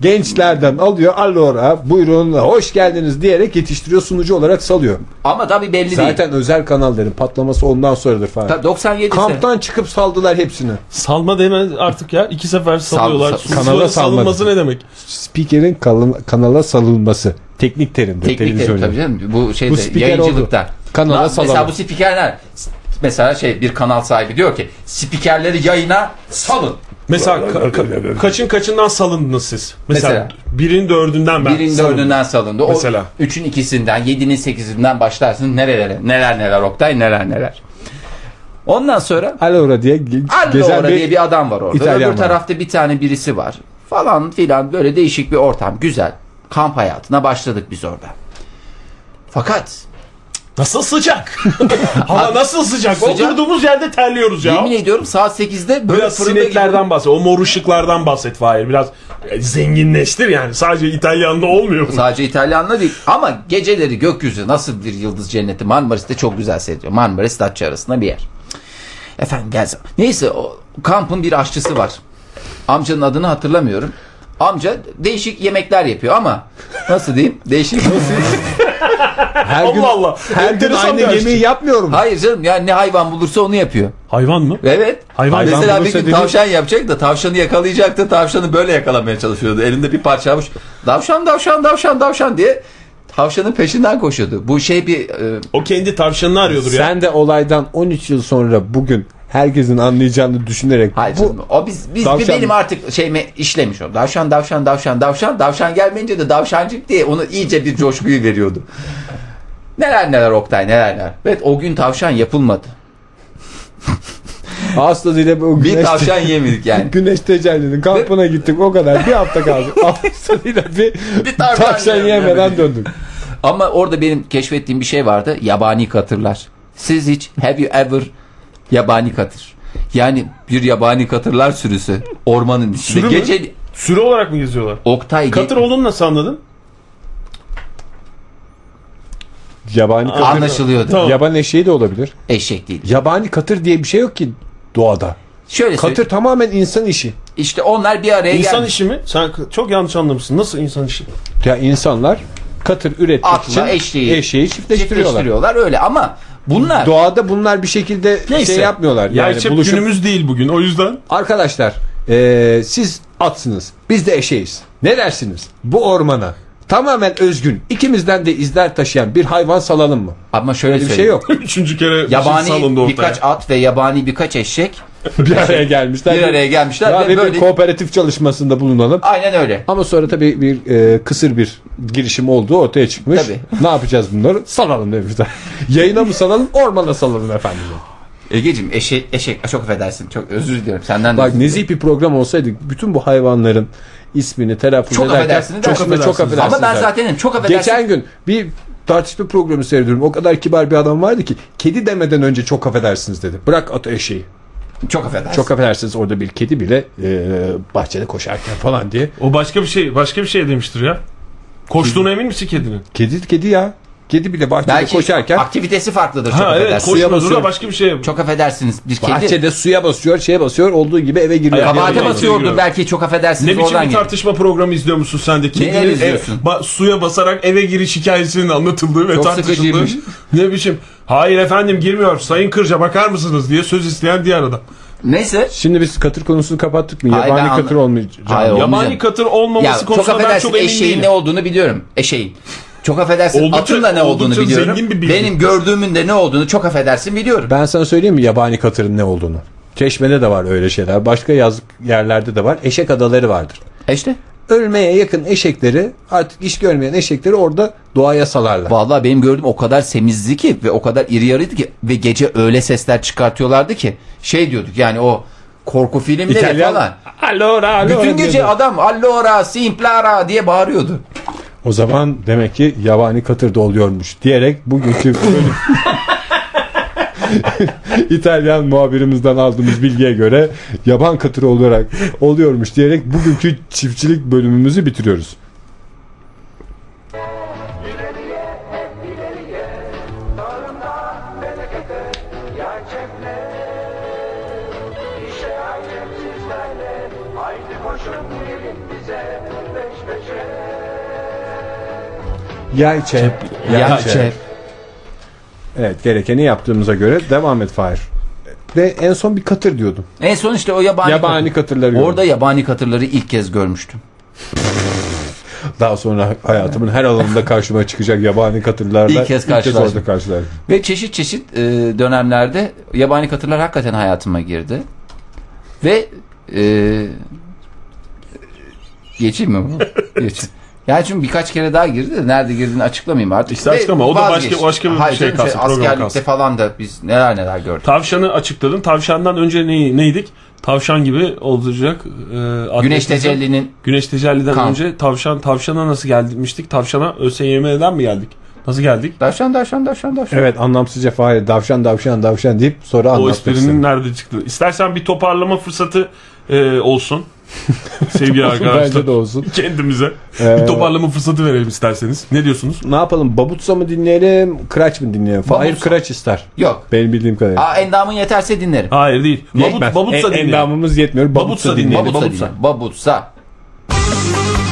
A: Gençlerden alıyor Allora buyurun hoş geldiniz diyerek yetiştiriyor sunucu olarak salıyor.
C: Ama tabii belli değil.
A: Zaten özel kanalların patlaması ondan sonradır falan.
C: Tabii 97 ise-
A: Kamptan çıkıp saldılar hepsini.
B: Salma demez artık ya. İki sefer salıyorlar.
C: sal-
B: Sunucuların
A: kanala salmadı.
B: salınması ne demek?
A: Spikerin kalın- kanala salınması. Teknik terimdir.
C: Teknik terim
A: televizyonda.
C: tabii canım. Bu
A: Bu
C: şeyde
A: spiker
C: yayıncılıkta.
A: oldu. Kanala
C: Na- Mesela
A: salalım.
C: bu spikerler mesela şey bir kanal sahibi diyor ki spikerleri yayına salın.
B: Mesela ka- ka- kaçın kaçından salındınız siz? Mesela,
C: Mesela.
B: birin dördünden ben
C: Birin
B: salındım.
C: dördünden salındı. O
B: Mesela.
C: üçün ikisinden, yedinin sekizinden başlarsın. Nerelere? Neler neler Oktay neler neler. Ondan sonra
A: Allora diye ge- gezen
C: Allora
A: bir...
C: diye bir adam var orada.
A: İtalyan
C: Öbür
A: var.
C: tarafta bir tane birisi var. Falan filan böyle değişik bir ortam. Güzel. Kamp hayatına başladık biz orada. Fakat
B: Nasıl sıcak? Hava nasıl sıcak?
C: Sıcak.
B: Oturduğumuz yerde terliyoruz ya.
C: yemin ediyorum saat 8'de böyle
B: Biraz
C: fırında
B: sineklerden bahset. O mor ışıklardan bahset Fahir. Biraz e, zenginleştir yani. Sadece İtalyan'da olmuyor. bu.
C: Sadece İtalyanlar değil ama geceleri gökyüzü nasıl bir yıldız cenneti Marmaris'te çok güzel seyrediyor. Marmaris Datça arasında bir yer. Efendim gel. sen- Neyse o kampın bir aşçısı var. Amcanın adını hatırlamıyorum. Amca değişik yemekler yapıyor ama nasıl diyeyim? Değişik
A: Her gün,
B: Allah Allah.
A: her gün
B: Enteresan
A: aynı
B: bir aşçı.
A: yemeği yapmıyorum.
C: Hayır canım ya ne hayvan bulursa onu yapıyor.
B: Hayvan mı?
C: Evet.
B: Hayvan
C: Mesela bir
A: bulursa
C: gün
A: dedi-
C: tavşan yapacak da tavşanı yakalayacaktı. Tavşanı böyle yakalamaya çalışıyordu. Elinde bir parça avuç. Tavşan tavşan tavşan tavşan diye tavşanın peşinden koşuyordu. Bu şey bir e,
B: O kendi tavşanını arıyordur ya.
A: Sen de olaydan 13 yıl sonra bugün herkesin anlayacağını düşünerek
C: Hayır
A: bu
C: canım, o biz biz
A: Davşan
C: benim
A: mı?
C: artık şeyime işlemiş o. Davşan davşan davşan davşan davşan gelmeyince de davşancık diye onu iyice bir coşkuyu veriyordu. Neler neler Oktay neler neler. Evet o gün tavşan yapılmadı.
A: ağız tadıyla bu
C: Bir
A: güneş,
C: tavşan yemedik yani.
A: güneş tecellinin kampına gittik o kadar bir hafta kaldık. Ağız tadıyla bir,
C: Bir tavşan
A: tavşan
C: yemedik.
A: yemeden döndük.
C: Ama orada benim keşfettiğim bir şey vardı. Yabani katırlar. Siz hiç have you ever yabani katır? Yani bir yabani katırlar sürüsü ormanın içinde.
B: Sürü mü?
C: Gece
B: Sürü olarak mı geziyorlar?
C: Oktay
B: Katır olduğunu nasıl anladın?
A: Yabani katır,
C: anlaşılıyordu.
B: Tamam.
A: yaban eşeği de olabilir.
C: Eşek değil.
A: Yabani katır diye bir şey yok ki doğada.
C: Şöyle söyleyeyim.
A: Katır tamamen insan işi.
C: İşte onlar bir araya
B: İnsan
C: gelmiş.
B: işi mi? Sen k- çok yanlış anlamışsın. Nasıl insan işi?
A: Ya insanlar katır üretmek
C: Atla
A: için
C: eşeği-
A: eşeği çiftleştiriyorlar.
C: çiftleştiriyorlar öyle ama bunlar
A: Doğada bunlar bir şekilde
B: Neyse.
A: şey yapmıyorlar.
B: Yani,
A: Yani buluşup
B: günümüz değil bugün. O yüzden
A: arkadaşlar eee, siz atsınız biz de eşeğiz. Ne dersiniz bu ormana? Tamamen özgün ikimizden de izler taşıyan bir hayvan salalım mı?
C: ama şöyle
A: Bir
C: söyleyeyim.
A: şey yok.
B: üçüncü kere yabani salındı
C: Yabani
B: ortaya.
C: birkaç at ve yabani birkaç eşek
A: bir araya gelmişler.
C: bir araya gelmişler
A: Ya
C: ve
A: bir
C: böyle
A: kooperatif çalışmasında bulunalım.
C: aynen öyle.
A: Ama sonra tabii bir e, kısır bir girişim olduğu ortaya çıkmış.
C: Tabii.
A: Ne yapacağız bunları? Salalım demişler. Yayına mı salalım, ormana salalım efendim.
C: Egeciğim eşek eşek çok affedersin. Çok özür diliyorum senden de.
A: Bak
C: özür
A: nezih bir program olsaydı bütün bu hayvanların ismini telaffuz
C: Çok
A: ederken
C: affedersiniz,
A: çok,
C: affedersiniz.
A: çok affedersiniz.
C: Ama ben
A: der.
C: zaten çok affedersin.
A: Geçen gün bir tartışma programı seyrediyorum. O kadar kibar bir adam vardı ki kedi demeden önce çok affedersiniz dedi. Bırak at eşeği.
C: çok affedersin.
A: Çok affedersiniz orada bir kedi bile e, bahçede koşarken falan diye.
B: O başka bir şey, başka bir şey demiştir ya. Koştuğuna emin misin kedinin?
A: Kedi kedi ya. Kedi bile bahçede
C: Belki
A: koşarken
C: aktivitesi farklıdır çok
B: Ha evet,
C: affedersin.
A: koş- Suya
B: koşmadı
A: basıyor.
B: da başka bir şey.
C: Çok affedersiniz. Bir kedi
A: Bahçede suya basıyor, şeye basıyor, olduğu gibi eve giriyor.
B: Ay,
A: Yani-
B: Yalan
C: kabahate
B: yalan
C: basıyordur
B: söylüyorum.
C: belki çok affedersiniz.
B: Ne biçim
C: oradan
B: bir
C: gelir.
B: tartışma programı izliyor musun sen de? Kedinin ev-
C: izliyorsun?
B: ba- suya basarak eve giriş hikayesinin anlatıldığı ve
C: Çok
B: tartışıldığı.
C: sıkıcıymış.
B: Ne biçim? Hayır efendim girmiyor. Sayın Kırca bakar mısınız diye söz isteyen diğer adam.
C: Neyse.
A: Şimdi biz katır konusunu kapattık mı?
C: Hayır,
A: Yabani
C: ben
A: katır
C: anla-
A: olmayacak.
C: Hayır, o- Olmayacak.
B: Yabani katır
C: Ya
B: olmaması
C: çok
B: konusunda ben
C: affedersin
B: çok emin
C: eşeğin
B: değilim.
C: ne olduğunu biliyorum. Eşeğin. Çok affedersin
B: Oldukça-
C: atın da ne olduğunu
B: oldukça
C: biliyorum.
B: zengin bir bilgi.
C: Benim gördüğümün de ne olduğunu çok affedersin biliyorum.
A: Ben sana söyleyeyim mi yabani katırın ne olduğunu? Çeşmede de var öyle şeyler. Başka yazlık yerlerde de var. Eşek adaları vardır.
C: E İşte.
A: Ölmeye yakın eşekleri artık iş görmeyen eşekleri orada doğaya salarlar.
C: Vallahi benim gördüğüm o kadar semizdi ki ve o kadar iri yarıydı ki ve gece öyle sesler çıkartıyorlardı ki şey diyorduk yani o korku filmleri
A: İtalyan-
C: falan.
A: Allora, allora
C: Bütün gece
A: diyordu.
C: adam allora simplara diye bağırıyordu.
A: O zaman demek ki yabani katır da oluyormuş diyerek bugünkü bölüm- İtalyan muhabirimizden aldığımız bilgiye göre yaban katırı olarak oluyormuş diyerek bugünkü çiftçilik bölümümüzü bitiriyoruz.
E: İşe haydi sizlerle Haydi koşun gelin bize Peş peşe
A: Yay çep.
C: Ya şey,
A: Evet gerekeni yaptığımıza göre devam et Fahir. Ve en son bir katır diyordum.
C: En son işte o yabani,
A: Yabani katırları
C: katır.
A: gördüm.
C: Orada yabani katırları ilk kez görmüştüm.
A: Daha sonra hayatımın her alanında karşıma çıkacak yabani katırlarla
C: İlk kez
A: orada
C: karşılaştım.
A: karşılaştım.
C: Ve çeşit çeşit e, dönemlerde yabani katırlar hakikaten hayatıma girdi. Ve e, geçeyim mi bu? Geçeyim. Yani çünkü birkaç kere daha girdi de nerede girdiğini açıklamayayım artık.
B: İşte
C: Ve
B: açıklama, o da başka-
C: vazgeçtim.
B: başka bir şey
C: canım,
B: kalsın, program
C: Askerlikte
B: kalsın.
C: falan da biz neler neler gördük.
B: Tavşanı açıkladın. Tavşandan önce ne, neydik? Tavşan gibi olacak. e,
C: Güneş
B: atletizm.
C: tecellinin
B: Güneş tecelliden
C: Kan.
B: önce tavşan tavşana nasıl gelmiştik? Tavşana ÖSYM'den mi geldik? Nasıl geldik?
C: davşan davşan davşan davşan.
A: Evet anlamsızca Fahir davşan davşan davşan deyip sonra
B: O
A: anlatmak
B: esprinin
A: istedim.
B: nerede çıktı? İstersen bir toparlama fırsatı e, olsun. Sevgili
A: Bence de
B: arkadaşlar.
A: olsun.
B: Kendimize
A: Ee,
B: bir toparlama fırsatı verelim isterseniz. Ne diyorsunuz?
A: Ne yapalım? Babutsa mı dinleyelim? Kıraç mı dinleyelim? Hayır
C: Babutsa.
A: kıraç ister.
C: Yok.
A: Benim bildiğim kadarıyla.
C: Aa endamın yeterse dinlerim.
B: Hayır değil. Babut, babutsa
A: E-
B: dinleyelim.
A: Endamımız yetmiyor. Babutsa,
B: Babutsa
A: dinleyelim.
B: dinleyelim.
C: Babutsa.
B: Babutsa.
C: dinlerim. Babutsa.
F: Ah!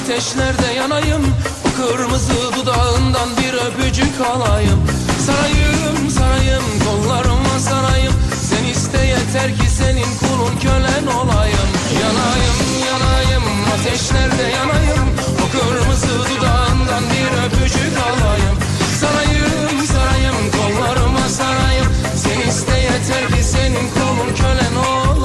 F: ateşlerde yanayım Bu kırmızı dudağından bir öpücük alayım Sarayım sarayım kollarıma sarayım Sen iste yeter ki senin kulun kölen olayım Yanayım yanayım ateşlerde yanayım Bu kırmızı dudağından bir öpücük alayım Sarayım sarayım kollarıma sarayım Sen iste yeter ki senin kulun kölen olayım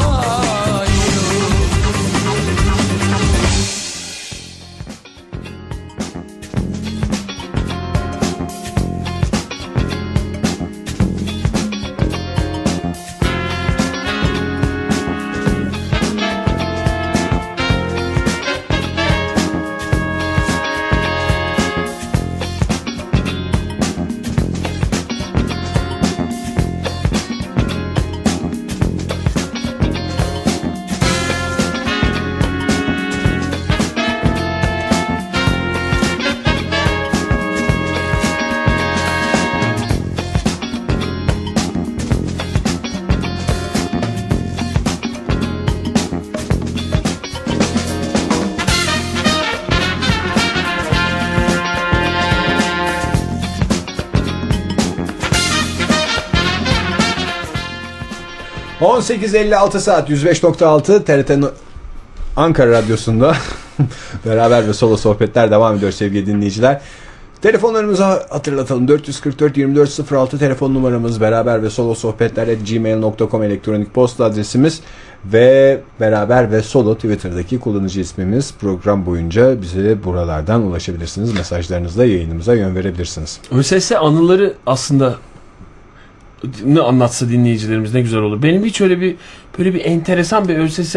A: Tamam. 18.56 saat 105.6 TRT'nin Ankara Radyosu'nda beraber ve solo sohbetler devam ediyor sevgili dinleyiciler. Telefonlarımızı hatırlatalım. 444 2406 telefon numaramız beraber ve solo sohbetler gmail.com elektronik posta adresimiz ve beraber ve solo Twitter'daki kullanıcı ismimiz program boyunca bize buralardan ulaşabilirsiniz. Mesajlarınızla yayınımıza yön verebilirsiniz.
B: ÖSS anıları aslında ne anlatsa dinleyicilerimiz ne güzel olur. Benim hiç öyle bir böyle bir enteresan bir ÖSS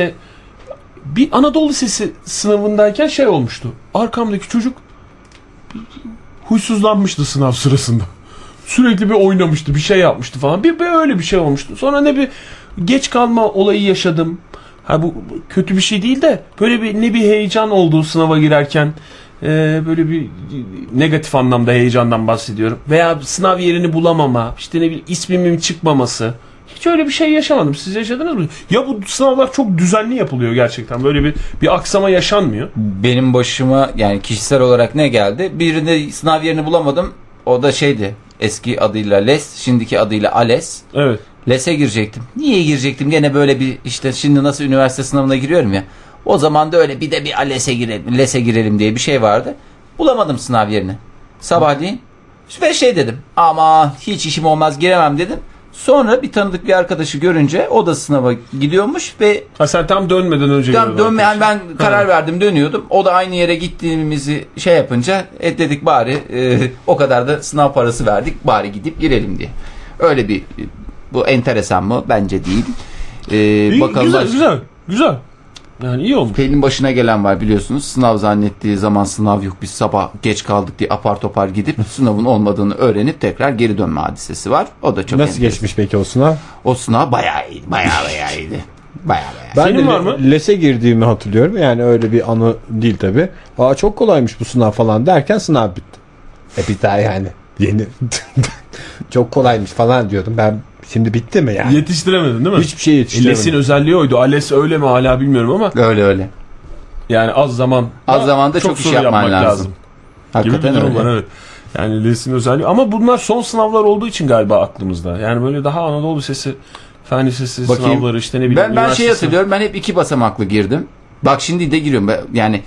B: bir Anadolu Lisesi sınavındayken şey olmuştu. Arkamdaki çocuk huysuzlanmıştı sınav sırasında. Sürekli bir oynamıştı, bir şey yapmıştı falan. Bir böyle bir şey olmuştu. Sonra ne bir geç kalma olayı yaşadım. Ha bu bu kötü bir şey değil de böyle bir ne bir heyecan olduğu sınava girerken ee, böyle bir negatif anlamda heyecandan bahsediyorum. Veya sınav yerini bulamama, işte ne bileyim ismimin çıkmaması. Hiç öyle bir şey yaşamadım. Siz yaşadınız mı? Ya bu sınavlar çok düzenli yapılıyor gerçekten. Böyle bir bir aksama yaşanmıyor.
C: Benim başıma yani kişisel olarak ne geldi? Birinde sınav yerini bulamadım. O da şeydi eski adıyla Les, şimdiki adıyla Ales.
B: Evet.
C: Les'e girecektim. Niye girecektim? Gene böyle bir işte şimdi nasıl üniversite sınavına giriyorum ya. O zaman da öyle bir de bir ALES'e girelim, LES'e girelim diye bir şey vardı. Bulamadım sınav yerini. Sabahleyin ve şey dedim. Ama hiç işim olmaz giremem dedim. Sonra bir tanıdık bir arkadaşı görünce o da sınava gidiyormuş ve
B: Ha sen tam dönmeden önce
C: Tam
B: gördün
C: dönme- yani
B: arkadaşlar.
C: ben karar verdim dönüyordum. O da aynı yere gittiğimizi şey yapınca e dedik bari e, o kadar da sınav parası verdik bari gidip girelim diye. Öyle bir bu enteresan mı? Bence değil. E,
B: İyi,
C: bakalım
B: güzel,
C: baş-
B: güzel, güzel. Yani iyi olmuş.
C: Pelin başına gelen var biliyorsunuz. Sınav zannettiği zaman sınav yok. Biz sabah geç kaldık diye apar topar gidip sınavın olmadığını öğrenip tekrar geri dönme hadisesi var. O da çok
A: Nasıl
C: enteresan.
A: geçmiş peki o sınav?
C: O sınav bayağı iyiydi. Bayağı bayağı iyiydi. Bayağı bayağı.
A: Ben
B: Senin
A: de
B: var
A: le-
B: mı?
A: Les'e girdiğimi hatırlıyorum. Yani öyle bir anı değil tabi. Aa çok kolaymış bu sınav falan derken sınav bitti. E bir daha yani. Yeni. çok kolaymış falan diyordum. Ben şimdi bitti mi yani?
B: Yetiştiremedin değil mi? E,
A: Hiçbir şey yetiştiremedim.
B: Les'in özelliği oydu. Ales öyle mi hala bilmiyorum ama
C: Öyle öyle.
B: yani az zaman
C: Az zamanda çok iş
B: soru
C: yapman
B: yapmak
C: lazım.
B: Gibi bir
C: Hakikaten
B: durum
C: öyle.
B: var evet. Yani Les'in özelliği ama bunlar son sınavlar olduğu için galiba aklımızda. Yani böyle daha Anadolu Lisesi, Fen Lisesi
C: Bakayım.
B: sınavları işte ne bileyim.
C: Ben ben şey
B: üniversite
C: hatırlıyorum. Ben hep iki basamaklı girdim. Bak şimdi de giriyorum. Ben- Yani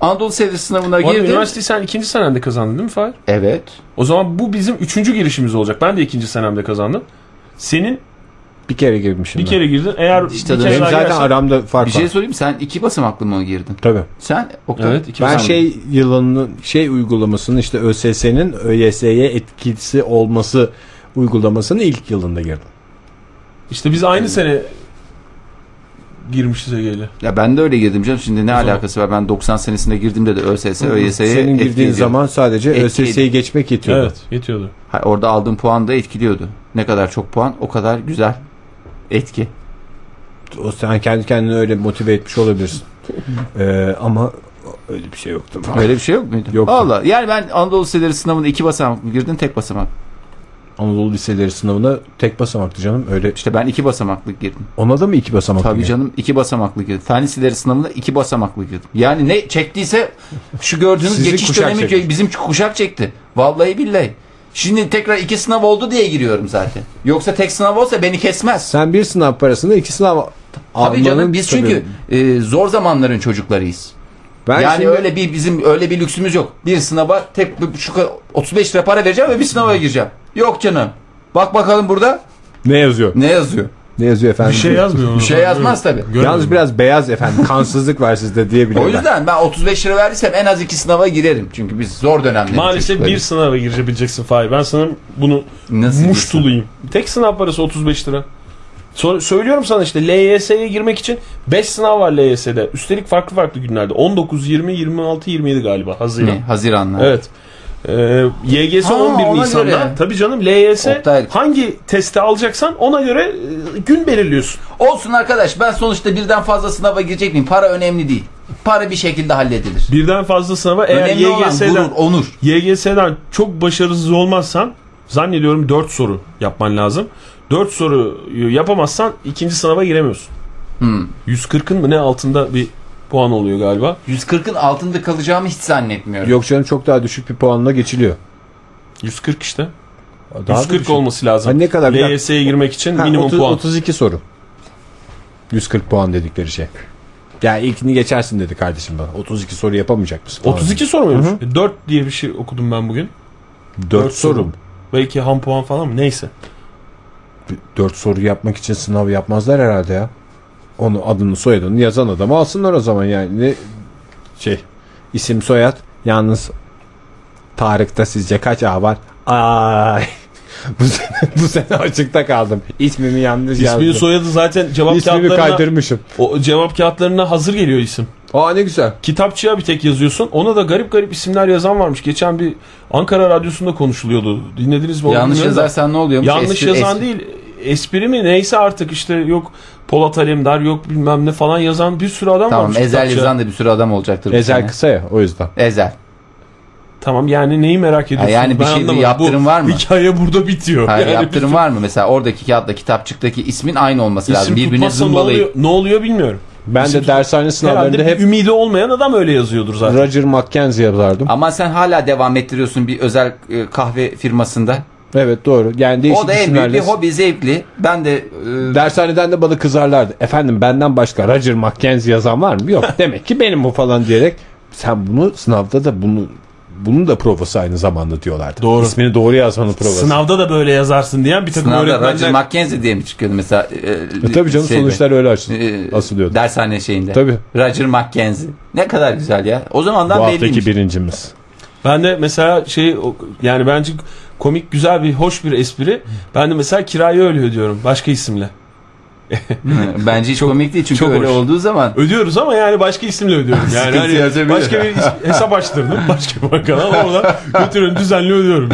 C: Anadolu seviyesi sınavına
B: sınavı. Bu arada
C: girdim.
B: üniversiteyi sen ikinci senende kazandın değil mi Fahir?
C: Evet.
B: O zaman bu bizim üçüncü girişimiz olacak. Ben de ikinci senemde kazandım. Senin
A: Bir kere girmişim.
B: bir
A: ben.
B: kere girdin. Eğer
C: İşte
B: bir
C: dedim.
B: kere
A: Benim
B: daha
A: zaten
B: girersen-
A: aramda fark
C: Bir şey
A: var.
C: sorayım. Sen iki basamaklı mı girdin?
A: Tabii.
C: Sen Oktay.
B: Evet, iki
A: Ben
B: basamaklı.
A: şey yılının şey uygulamasının işte ÖSS'nin ÖYS'ye etkisi olması uygulamasının ilk yılında girdim.
B: İşte biz aynı sene girmişiz Ege'yle.
C: Ya ben de öyle girdim canım. Şimdi ne alakası var? Ben 90 senesinde girdiğimde de ÖSS, ÖYS'ye
A: Senin
C: etki
A: girdiğin
C: ediyordu.
A: zaman sadece
C: Etki
A: ÖSS'yi
C: ediyordu.
A: geçmek yetiyordu.
B: Evet yetiyordu.
C: Ha, orada aldığım puan da etkiliyordu. Ne kadar çok puan o kadar güzel etki.
A: O sen kendi kendini öyle motive etmiş olabilirsin. Ee, ama öyle bir şey yoktu.
C: Öyle bir şey yok muydu?
A: Yoktu.
C: Valla yani ben Anadolu Liseleri sınavında iki basamak mı girdin tek basamak.
A: Anadolu liseleri sınavına tek basamaktı canım. Öyle
C: İşte ben iki basamaklık girdim.
A: ona da mı iki basamak?
C: Tabii
A: mı?
C: canım iki basamaklı girdim. Fen liseleri sınavına iki basamaklı girdim. Yani ne çektiyse şu gördüğünüz
A: Sizin
C: geçiş
A: kuşak
C: dönemi
A: çekmiş.
C: çe- bizim kuşak çekti. Vallahi billahi. Şimdi tekrar iki sınav oldu diye giriyorum zaten. Yoksa tek sınav olsa beni kesmez.
A: Sen bir sınav parasını iki sınav
C: Tabii
A: almanın
C: canım biz çünkü
A: sebebi.
C: e, zor zamanların çocuklarıyız.
A: ben
C: yani
A: şimdi-
C: öyle bir bizim öyle bir lüksümüz yok. Bir sınava tek bu- şu kadar- 35 lira para vereceğim ve bir sınava gireceğim. Yok canım. Bak bakalım burada
A: ne yazıyor?
C: ne yazıyor.
A: Ne yazıyor efendim?
B: Bir şey yazmıyor.
C: Bir şey yazmaz tabii.
A: Yalnız biraz beyaz efendim. Kansızlık var sizde diyebilirim.
C: O yüzden ben 35 lira verdiysem en az iki sınava girerim. Çünkü biz zor dönemde.
B: Maalesef bir sınava girebileceksin Fahir. Ben sana bunu
C: Nasıl bir
B: muştuluyum. Tek sınav parası 35 lira. Sonra söylüyorum sana işte LYS'ye girmek için 5 sınav var LYS'de. Üstelik farklı farklı günlerde. 19, 20, 26, 27 galiba Haziran.
C: Ne? Haziran'da.
B: Evet. Ee, YGS
C: Ha,
B: 11
C: ona
B: Nisan'da.
C: göre.
B: Tabii canım LYS
C: Oktay.
B: hangi testi alacaksan ona göre e, gün belirliyorsun.
C: Olsun arkadaş ben sonuçta birden fazla sınava girecek miyim? Para önemli değil. Para bir şekilde halledilir.
B: Birden fazla sınava eğer
C: önemli olan
B: YGS'den
C: gurur, onur.
B: YGS'den çok başarısız olmazsan zannediyorum 4 soru yapman lazım. 4 soruyu yapamazsan ikinci sınava giremiyorsun.
C: Hmm.
B: 140'ın mı ne altında bir puan oluyor galiba.
C: 140'ın altında kalacağımı hiç zannetmiyorum.
A: Yok canım çok daha düşük bir puanla geçiliyor.
B: 140 işte.
A: Daha
B: 140
A: düşük.
B: olması lazım.
A: Ha, ne kadar? Bir dakika.
B: LYS'ye girmek için
A: Ha,
B: minimum
A: 30
B: puan.
A: 32 soru. 140 puan dedikleri şey. Yani ilkini geçersin dedi kardeşim bana. 32 soru yapamayacak mısın?
B: 32 soru muymuş? 4 diye bir şey okudum ben bugün.
A: 4 soru.
B: Belki ham puan falan mı? Neyse.
A: 4 soru yapmak için sınav yapmazlar herhalde ya. Onu adını soyadını yazan adamı alsınlar o zaman yani. Ne- Şey isim soyad yalnız Tarık'ta sizce kaç A var? Ay. bu sene, bu sene açıkta kaldım. İsmimi yanlış
B: İsmini
A: yazdım.
B: soyadı zaten cevap
A: İsmimi
B: kağıtlarına
A: kaydırmışım.
B: o cevap kağıtlarına hazır geliyor isim.
A: Aa ne güzel.
B: kitapçıya bir tek yazıyorsun. Ona da garip garip isimler yazan varmış. Geçen bir Ankara Radyosu'nda konuşuluyordu. Dinlediniz mi? onu
C: Yanlış
B: bilmiyorum da.
C: yazarsan ne oluyor?
B: Yanlış yazan değil. Espri mi neyse artık işte yok Polat Alemdar yok bilmem ne falan yazan bir sürü adam
C: Tamam
B: varmış.
C: Ezel
B: kitapçıya.
C: yazan da bir sürü adam olacaktır. bu sene.
A: Ezel kısa ya o yüzden.
C: Ezel.
B: Tamam yani neyi merak ediyorsun?
C: yani bir
B: Ben
C: şey- bir
B: anlamadım.
C: yaptırım var mı?
B: Bu hikaye burada bitiyor.
C: Hayır,
B: yani
C: yaptırım var mı? Mesela oradaki kağıtla kitapçıktaki ismin aynı olması
B: bir
C: lazım.
B: isim
C: Birbirine
B: tutmazsa ne
C: zımbalayıp.
B: oluyor, ne oluyor bilmiyorum.
A: Ben de dershane sınavlarında
B: Herhalde
A: hep
B: ümidi olmayan adam öyle yazıyordur zaten.
A: Roger McKenzie yazardım.
C: Ama sen hala devam ettiriyorsun bir özel e, kahve firmasında.
A: Evet doğru. Yani değişik
C: O da en büyük
A: isimlerle-
C: bir hobi zevkli. Ben de e,
A: Dershaneden de bana kızarlardı. Efendim benden başka Roger McKenzie yazan var mı? Yok. Demek ki benim bu falan diyerek sen bunu sınavda da bunu bunun da provası aynı zamanda diyorlardı.
B: Doğru.
A: İsmini doğru yazmanın provası.
B: Sınavda da böyle yazarsın diyen bir takım
C: sınavda
B: öğretmenler
C: Roger McKenzie diye mi çıkıyordu mesela? E,
A: E, tabii canım
C: şeyde,
A: sonuçlar öyle açıldı.
C: e,
A: asılıyordu.
C: Dershane şeyinde.
A: Tabii.
C: Roger McKenzie. Ne kadar güzel ya. O
A: Bu
C: zamandan belliymiş.
A: haftaki birincimiz.
B: Ben de mesela şey o- yani bence komik güzel bir hoş bir espri. Ben de mesela kirayı öyle ödüyorum başka isimle.
C: Hı, Bence hiç komik değil çünkü
B: çok
C: öyle
B: hoş.
C: olduğu zaman.
B: Ödüyoruz ama yani başka isimle ödüyorum. Yani
C: Sıkıntı
B: hani
C: yazabilir.
B: başka bir is- hesap açtırdım başka bir bankada oradan götürün düzenli ödüyorum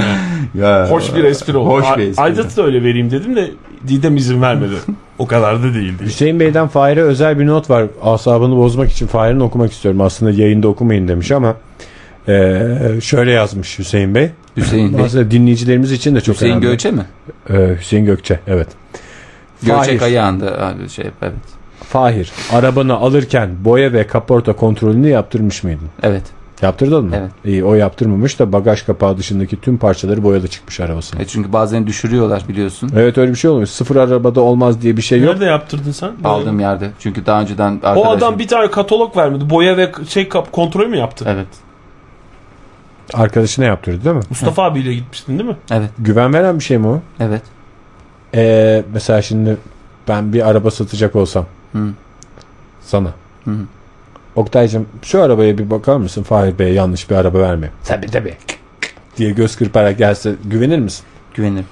B: yani. Hoş bir espri oldu.
C: Hoş bir espri.
B: A- Aydat'ı da öyle vereyim dedim de Didem izin vermedi. O kadar da değildi.
A: Hüseyin Bey'den Fahir'e özel bir not var. Asabını bozmak için Fahir'in okumak istiyorum. Aslında yayında okumayın demiş ama e, şöyle yazmış Hüseyin Bey.
C: Hüseyin Bey.
A: Aslında dinleyicilerimiz için de çok
C: Hüseyin
A: önemli.
C: Göçe mi?
A: Ee, Hüseyin Gökçe evet.
C: Göçe
A: Fahir.
C: kayağında abi şey evet.
A: Fahir arabanı alırken boya ve kaporta kontrolünü yaptırmış mıydın?
C: Evet.
A: Yaptırdın mı?
C: Evet.
A: İyi o yaptırmamış da bagaj kapağı dışındaki tüm parçaları boyalı çıkmış arabasına.
C: E çünkü bazen düşürüyorlar biliyorsun.
A: Evet öyle bir şey olmuş. Sıfır arabada olmaz diye bir şey yok.
B: Nerede yaptırdın sen?
C: Aldığım yerde. Çünkü daha önceden arkadaşım.
B: O adam bir tane katalog vermedi. Boya ve şey kap kontrol mü yaptı?
C: Evet.
A: Arkadaşına yaptırdı değil mi?
B: Mustafa abiyle gitmiştin değil mi?
C: Evet.
A: Güven veren bir şey mi o?
C: Evet.
A: Ee, mesela şimdi ben bir araba satacak olsam
C: Hı.
A: sana.
C: Hı.
A: Oktay'cığım şu arabaya bir bakar mısın? Fahir Bey yanlış bir araba vermiyor.
C: Tabii tabii.
A: Diye göz kırparak gelse güvenir misin?
C: Güvenirim.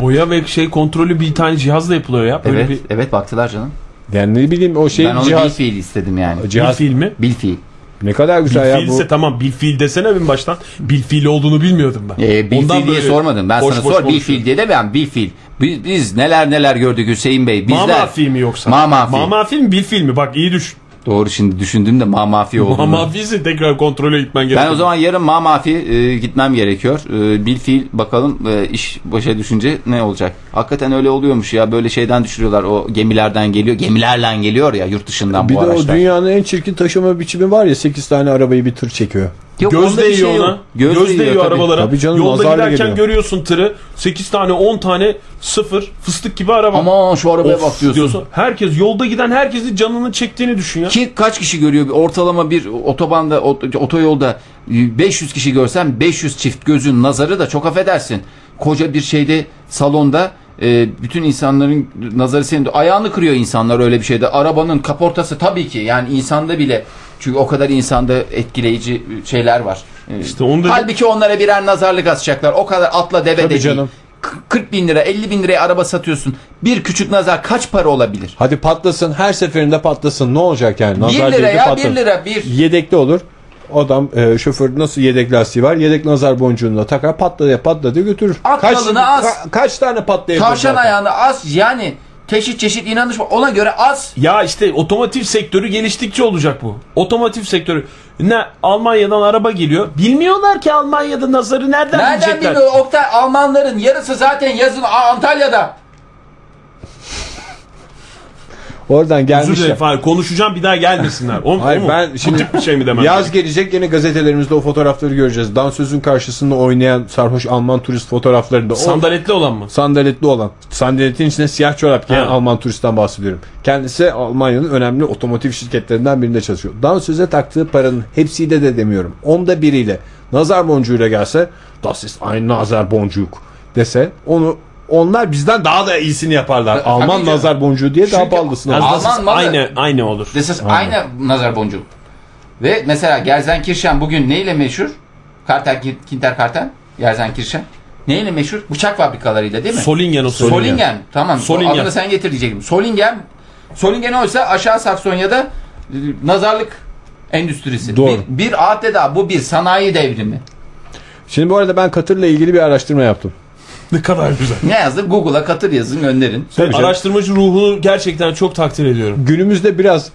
B: Boya ve şey kontrolü bir tane cihazla yapılıyor ya. Böyle
C: Evet.
B: bir
C: Evet baktılar canım.
A: Yani ne bileyim o şey
C: ben onu
A: cihaz.
C: bil fiil istedim yani.
A: Cihaz
B: bir filmi.
C: Bil fiil.
A: ne kadar güzel
B: Bil
A: ya bu.
B: fiilse tamam bil fiil desene ben baştan. Bil fiil olduğunu bilmiyordum ben.
C: Ee, bil
B: Ondan
C: fiil diye
B: böyle
C: sormadım. Ben
B: boş
C: sana
B: boş
C: sor. Bil
B: konuşuyorum.
C: fiil diye de ben bil fiil. Biz, biz neler neler gördük Hüseyin Bey. Bizler.
B: Mama fiil mi yoksa?
C: Mama fiil.
B: Mama fiil mi bil fiil mi? Bak iyi düşün.
C: Doğru şimdi düşündüğümde ma mafi oldu.
B: Ama vize tekrar kontrole gitmen gerekiyor.
C: Ben o zaman yarın ma mafi e, gitmem gerekiyor. E, bil fiil bakalım e, iş başa düşünce ne olacak? Hakikaten öyle oluyormuş ya böyle şeyden düşürüyorlar o gemilerden geliyor. Gemilerle geliyor ya yurt dışından
A: Bir
C: bu
A: de o
C: araçlar.
A: dünyanın en çirkin taşıma biçimi var ya 8 tane arabayı bir tır çekiyor.
C: Yok,
B: Göz
C: onda bir
B: değiyor
C: şey yok.
B: ona. Göz, değiyor,
C: tabii.
B: arabalara.
A: Tabii canım,
B: Yolda
A: nazarla
B: giderken
A: geliyor.
B: görüyorsun tırı. 8 tane 10 tane sıfır fıstık gibi araba.
C: Aman şu arabaya
B: Of
C: bak diyorsun.
B: diyorsun. Herkes yolda giden herkesin canını çektiğini düşün ya.
C: Ki kaç kişi görüyor? Bir Ortalama bir otobanda, ot- otoyolda 500 kişi görsen 500 çift gözün nazarı da çok affedersin. Koca bir şeyde salonda e, bütün insanların nazarı senin ayağını kırıyor insanlar öyle bir şeyde. Arabanın kaportası tabii ki yani insanda bile çünkü o kadar insanda etkileyici şeyler var. E,
B: İşte onu dedim.
C: Halbuki onlara birer nazarlık asacaklar. O kadar atla deve de değil.
A: canım.
C: K- 40 bin lira 50 bin liraya araba satıyorsun. Bir küçük nazar kaç para olabilir?
A: Hadi patlasın her seferinde patlasın ne olacak yani?
C: 1
A: Nazar
C: lira
A: değdi,
C: ya
A: patladı.
C: 1 lira 1.
A: Yedekli olur. Adam e, şoför nasıl yedek lastiği var? Yedek nazar boncuğunu da takar patladı patladı götürür.
C: At
A: kaç,
C: dalını az.
A: kaç tane patlayabilir?
C: Tavşan
A: zaten?
C: ayağını az yani çeşit çeşit inanış var. Ona göre az.
B: Ya işte otomotiv sektörü geliştikçe olacak bu. Otomotiv sektörü ne Almanya'dan araba geliyor. Bilmiyorlar ki Almanya'da nazarı nereden,
C: Nereden
B: bilecekler.
C: bilmiyor Oktay Almanların yarısı zaten yazın A- Antalya'da.
A: Oradan
B: Özür
A: gelmişler.
B: dilerim Fahri, konuşacağım bir daha gelmesinler. O, o
A: Hayır,
B: mu?
A: ben
B: Bu
A: şimdi-
B: tip bir şey mi demem?
A: Yaz gelecek yine gazetelerimizde o fotoğrafları göreceğiz. Dansözün karşısında oynayan sarhoş Alman turist fotoğraflarında. O
B: Sandaletli olan mı?
A: sandaletli olan. Sandaletin içine siyah çorap giyen
B: Ha.
A: Alman turistten bahsediyorum. Kendisi Almanya'nın önemli otomotiv şirketlerinden birinde çalışıyor. Dansöze taktığı paranın hepsiyle de demiyorum. Onda biriyle nazar boncuğuyla gelse Das ist ein nazar boncuk dese onu onlar bizden daha da iyisini yaparlar. Alman
C: canım.
A: nazar boncuğu diye daha
C: Çünkü-
A: pahalısını
B: Az
A: alırlar.
B: nasıl-
C: Alman malı-
B: aynı aynı olur.
C: This is aynı nazar boncuğu. Ve mesela Gerzenkirchen bugün neyle meşhur? Kartel, Kin- Kinter Kartel, Gerzenkirchen. Neyle meşhur? Bıçak fabrikalarıyla değil mi?
B: Solingen o Solingen.
C: Solingen. Tamam.
B: Solingen.
C: Solingen. Adını sen getir diyecektim. Solingen. Solingen oysa aşağı Saksonya'da e, nazarlık endüstrisi.
A: Doğru.
C: Bir, bir adet daha bu bir sanayi devrimi.
A: Şimdi bu arada ben Katır'la ilgili bir araştırma yaptım.
B: Ne kadar güzel.
C: Ne yazdı? Google'a katır yazın gönderin.
B: Araştırmacı ruhunu gerçekten çok takdir ediyorum.
A: Günümüzde biraz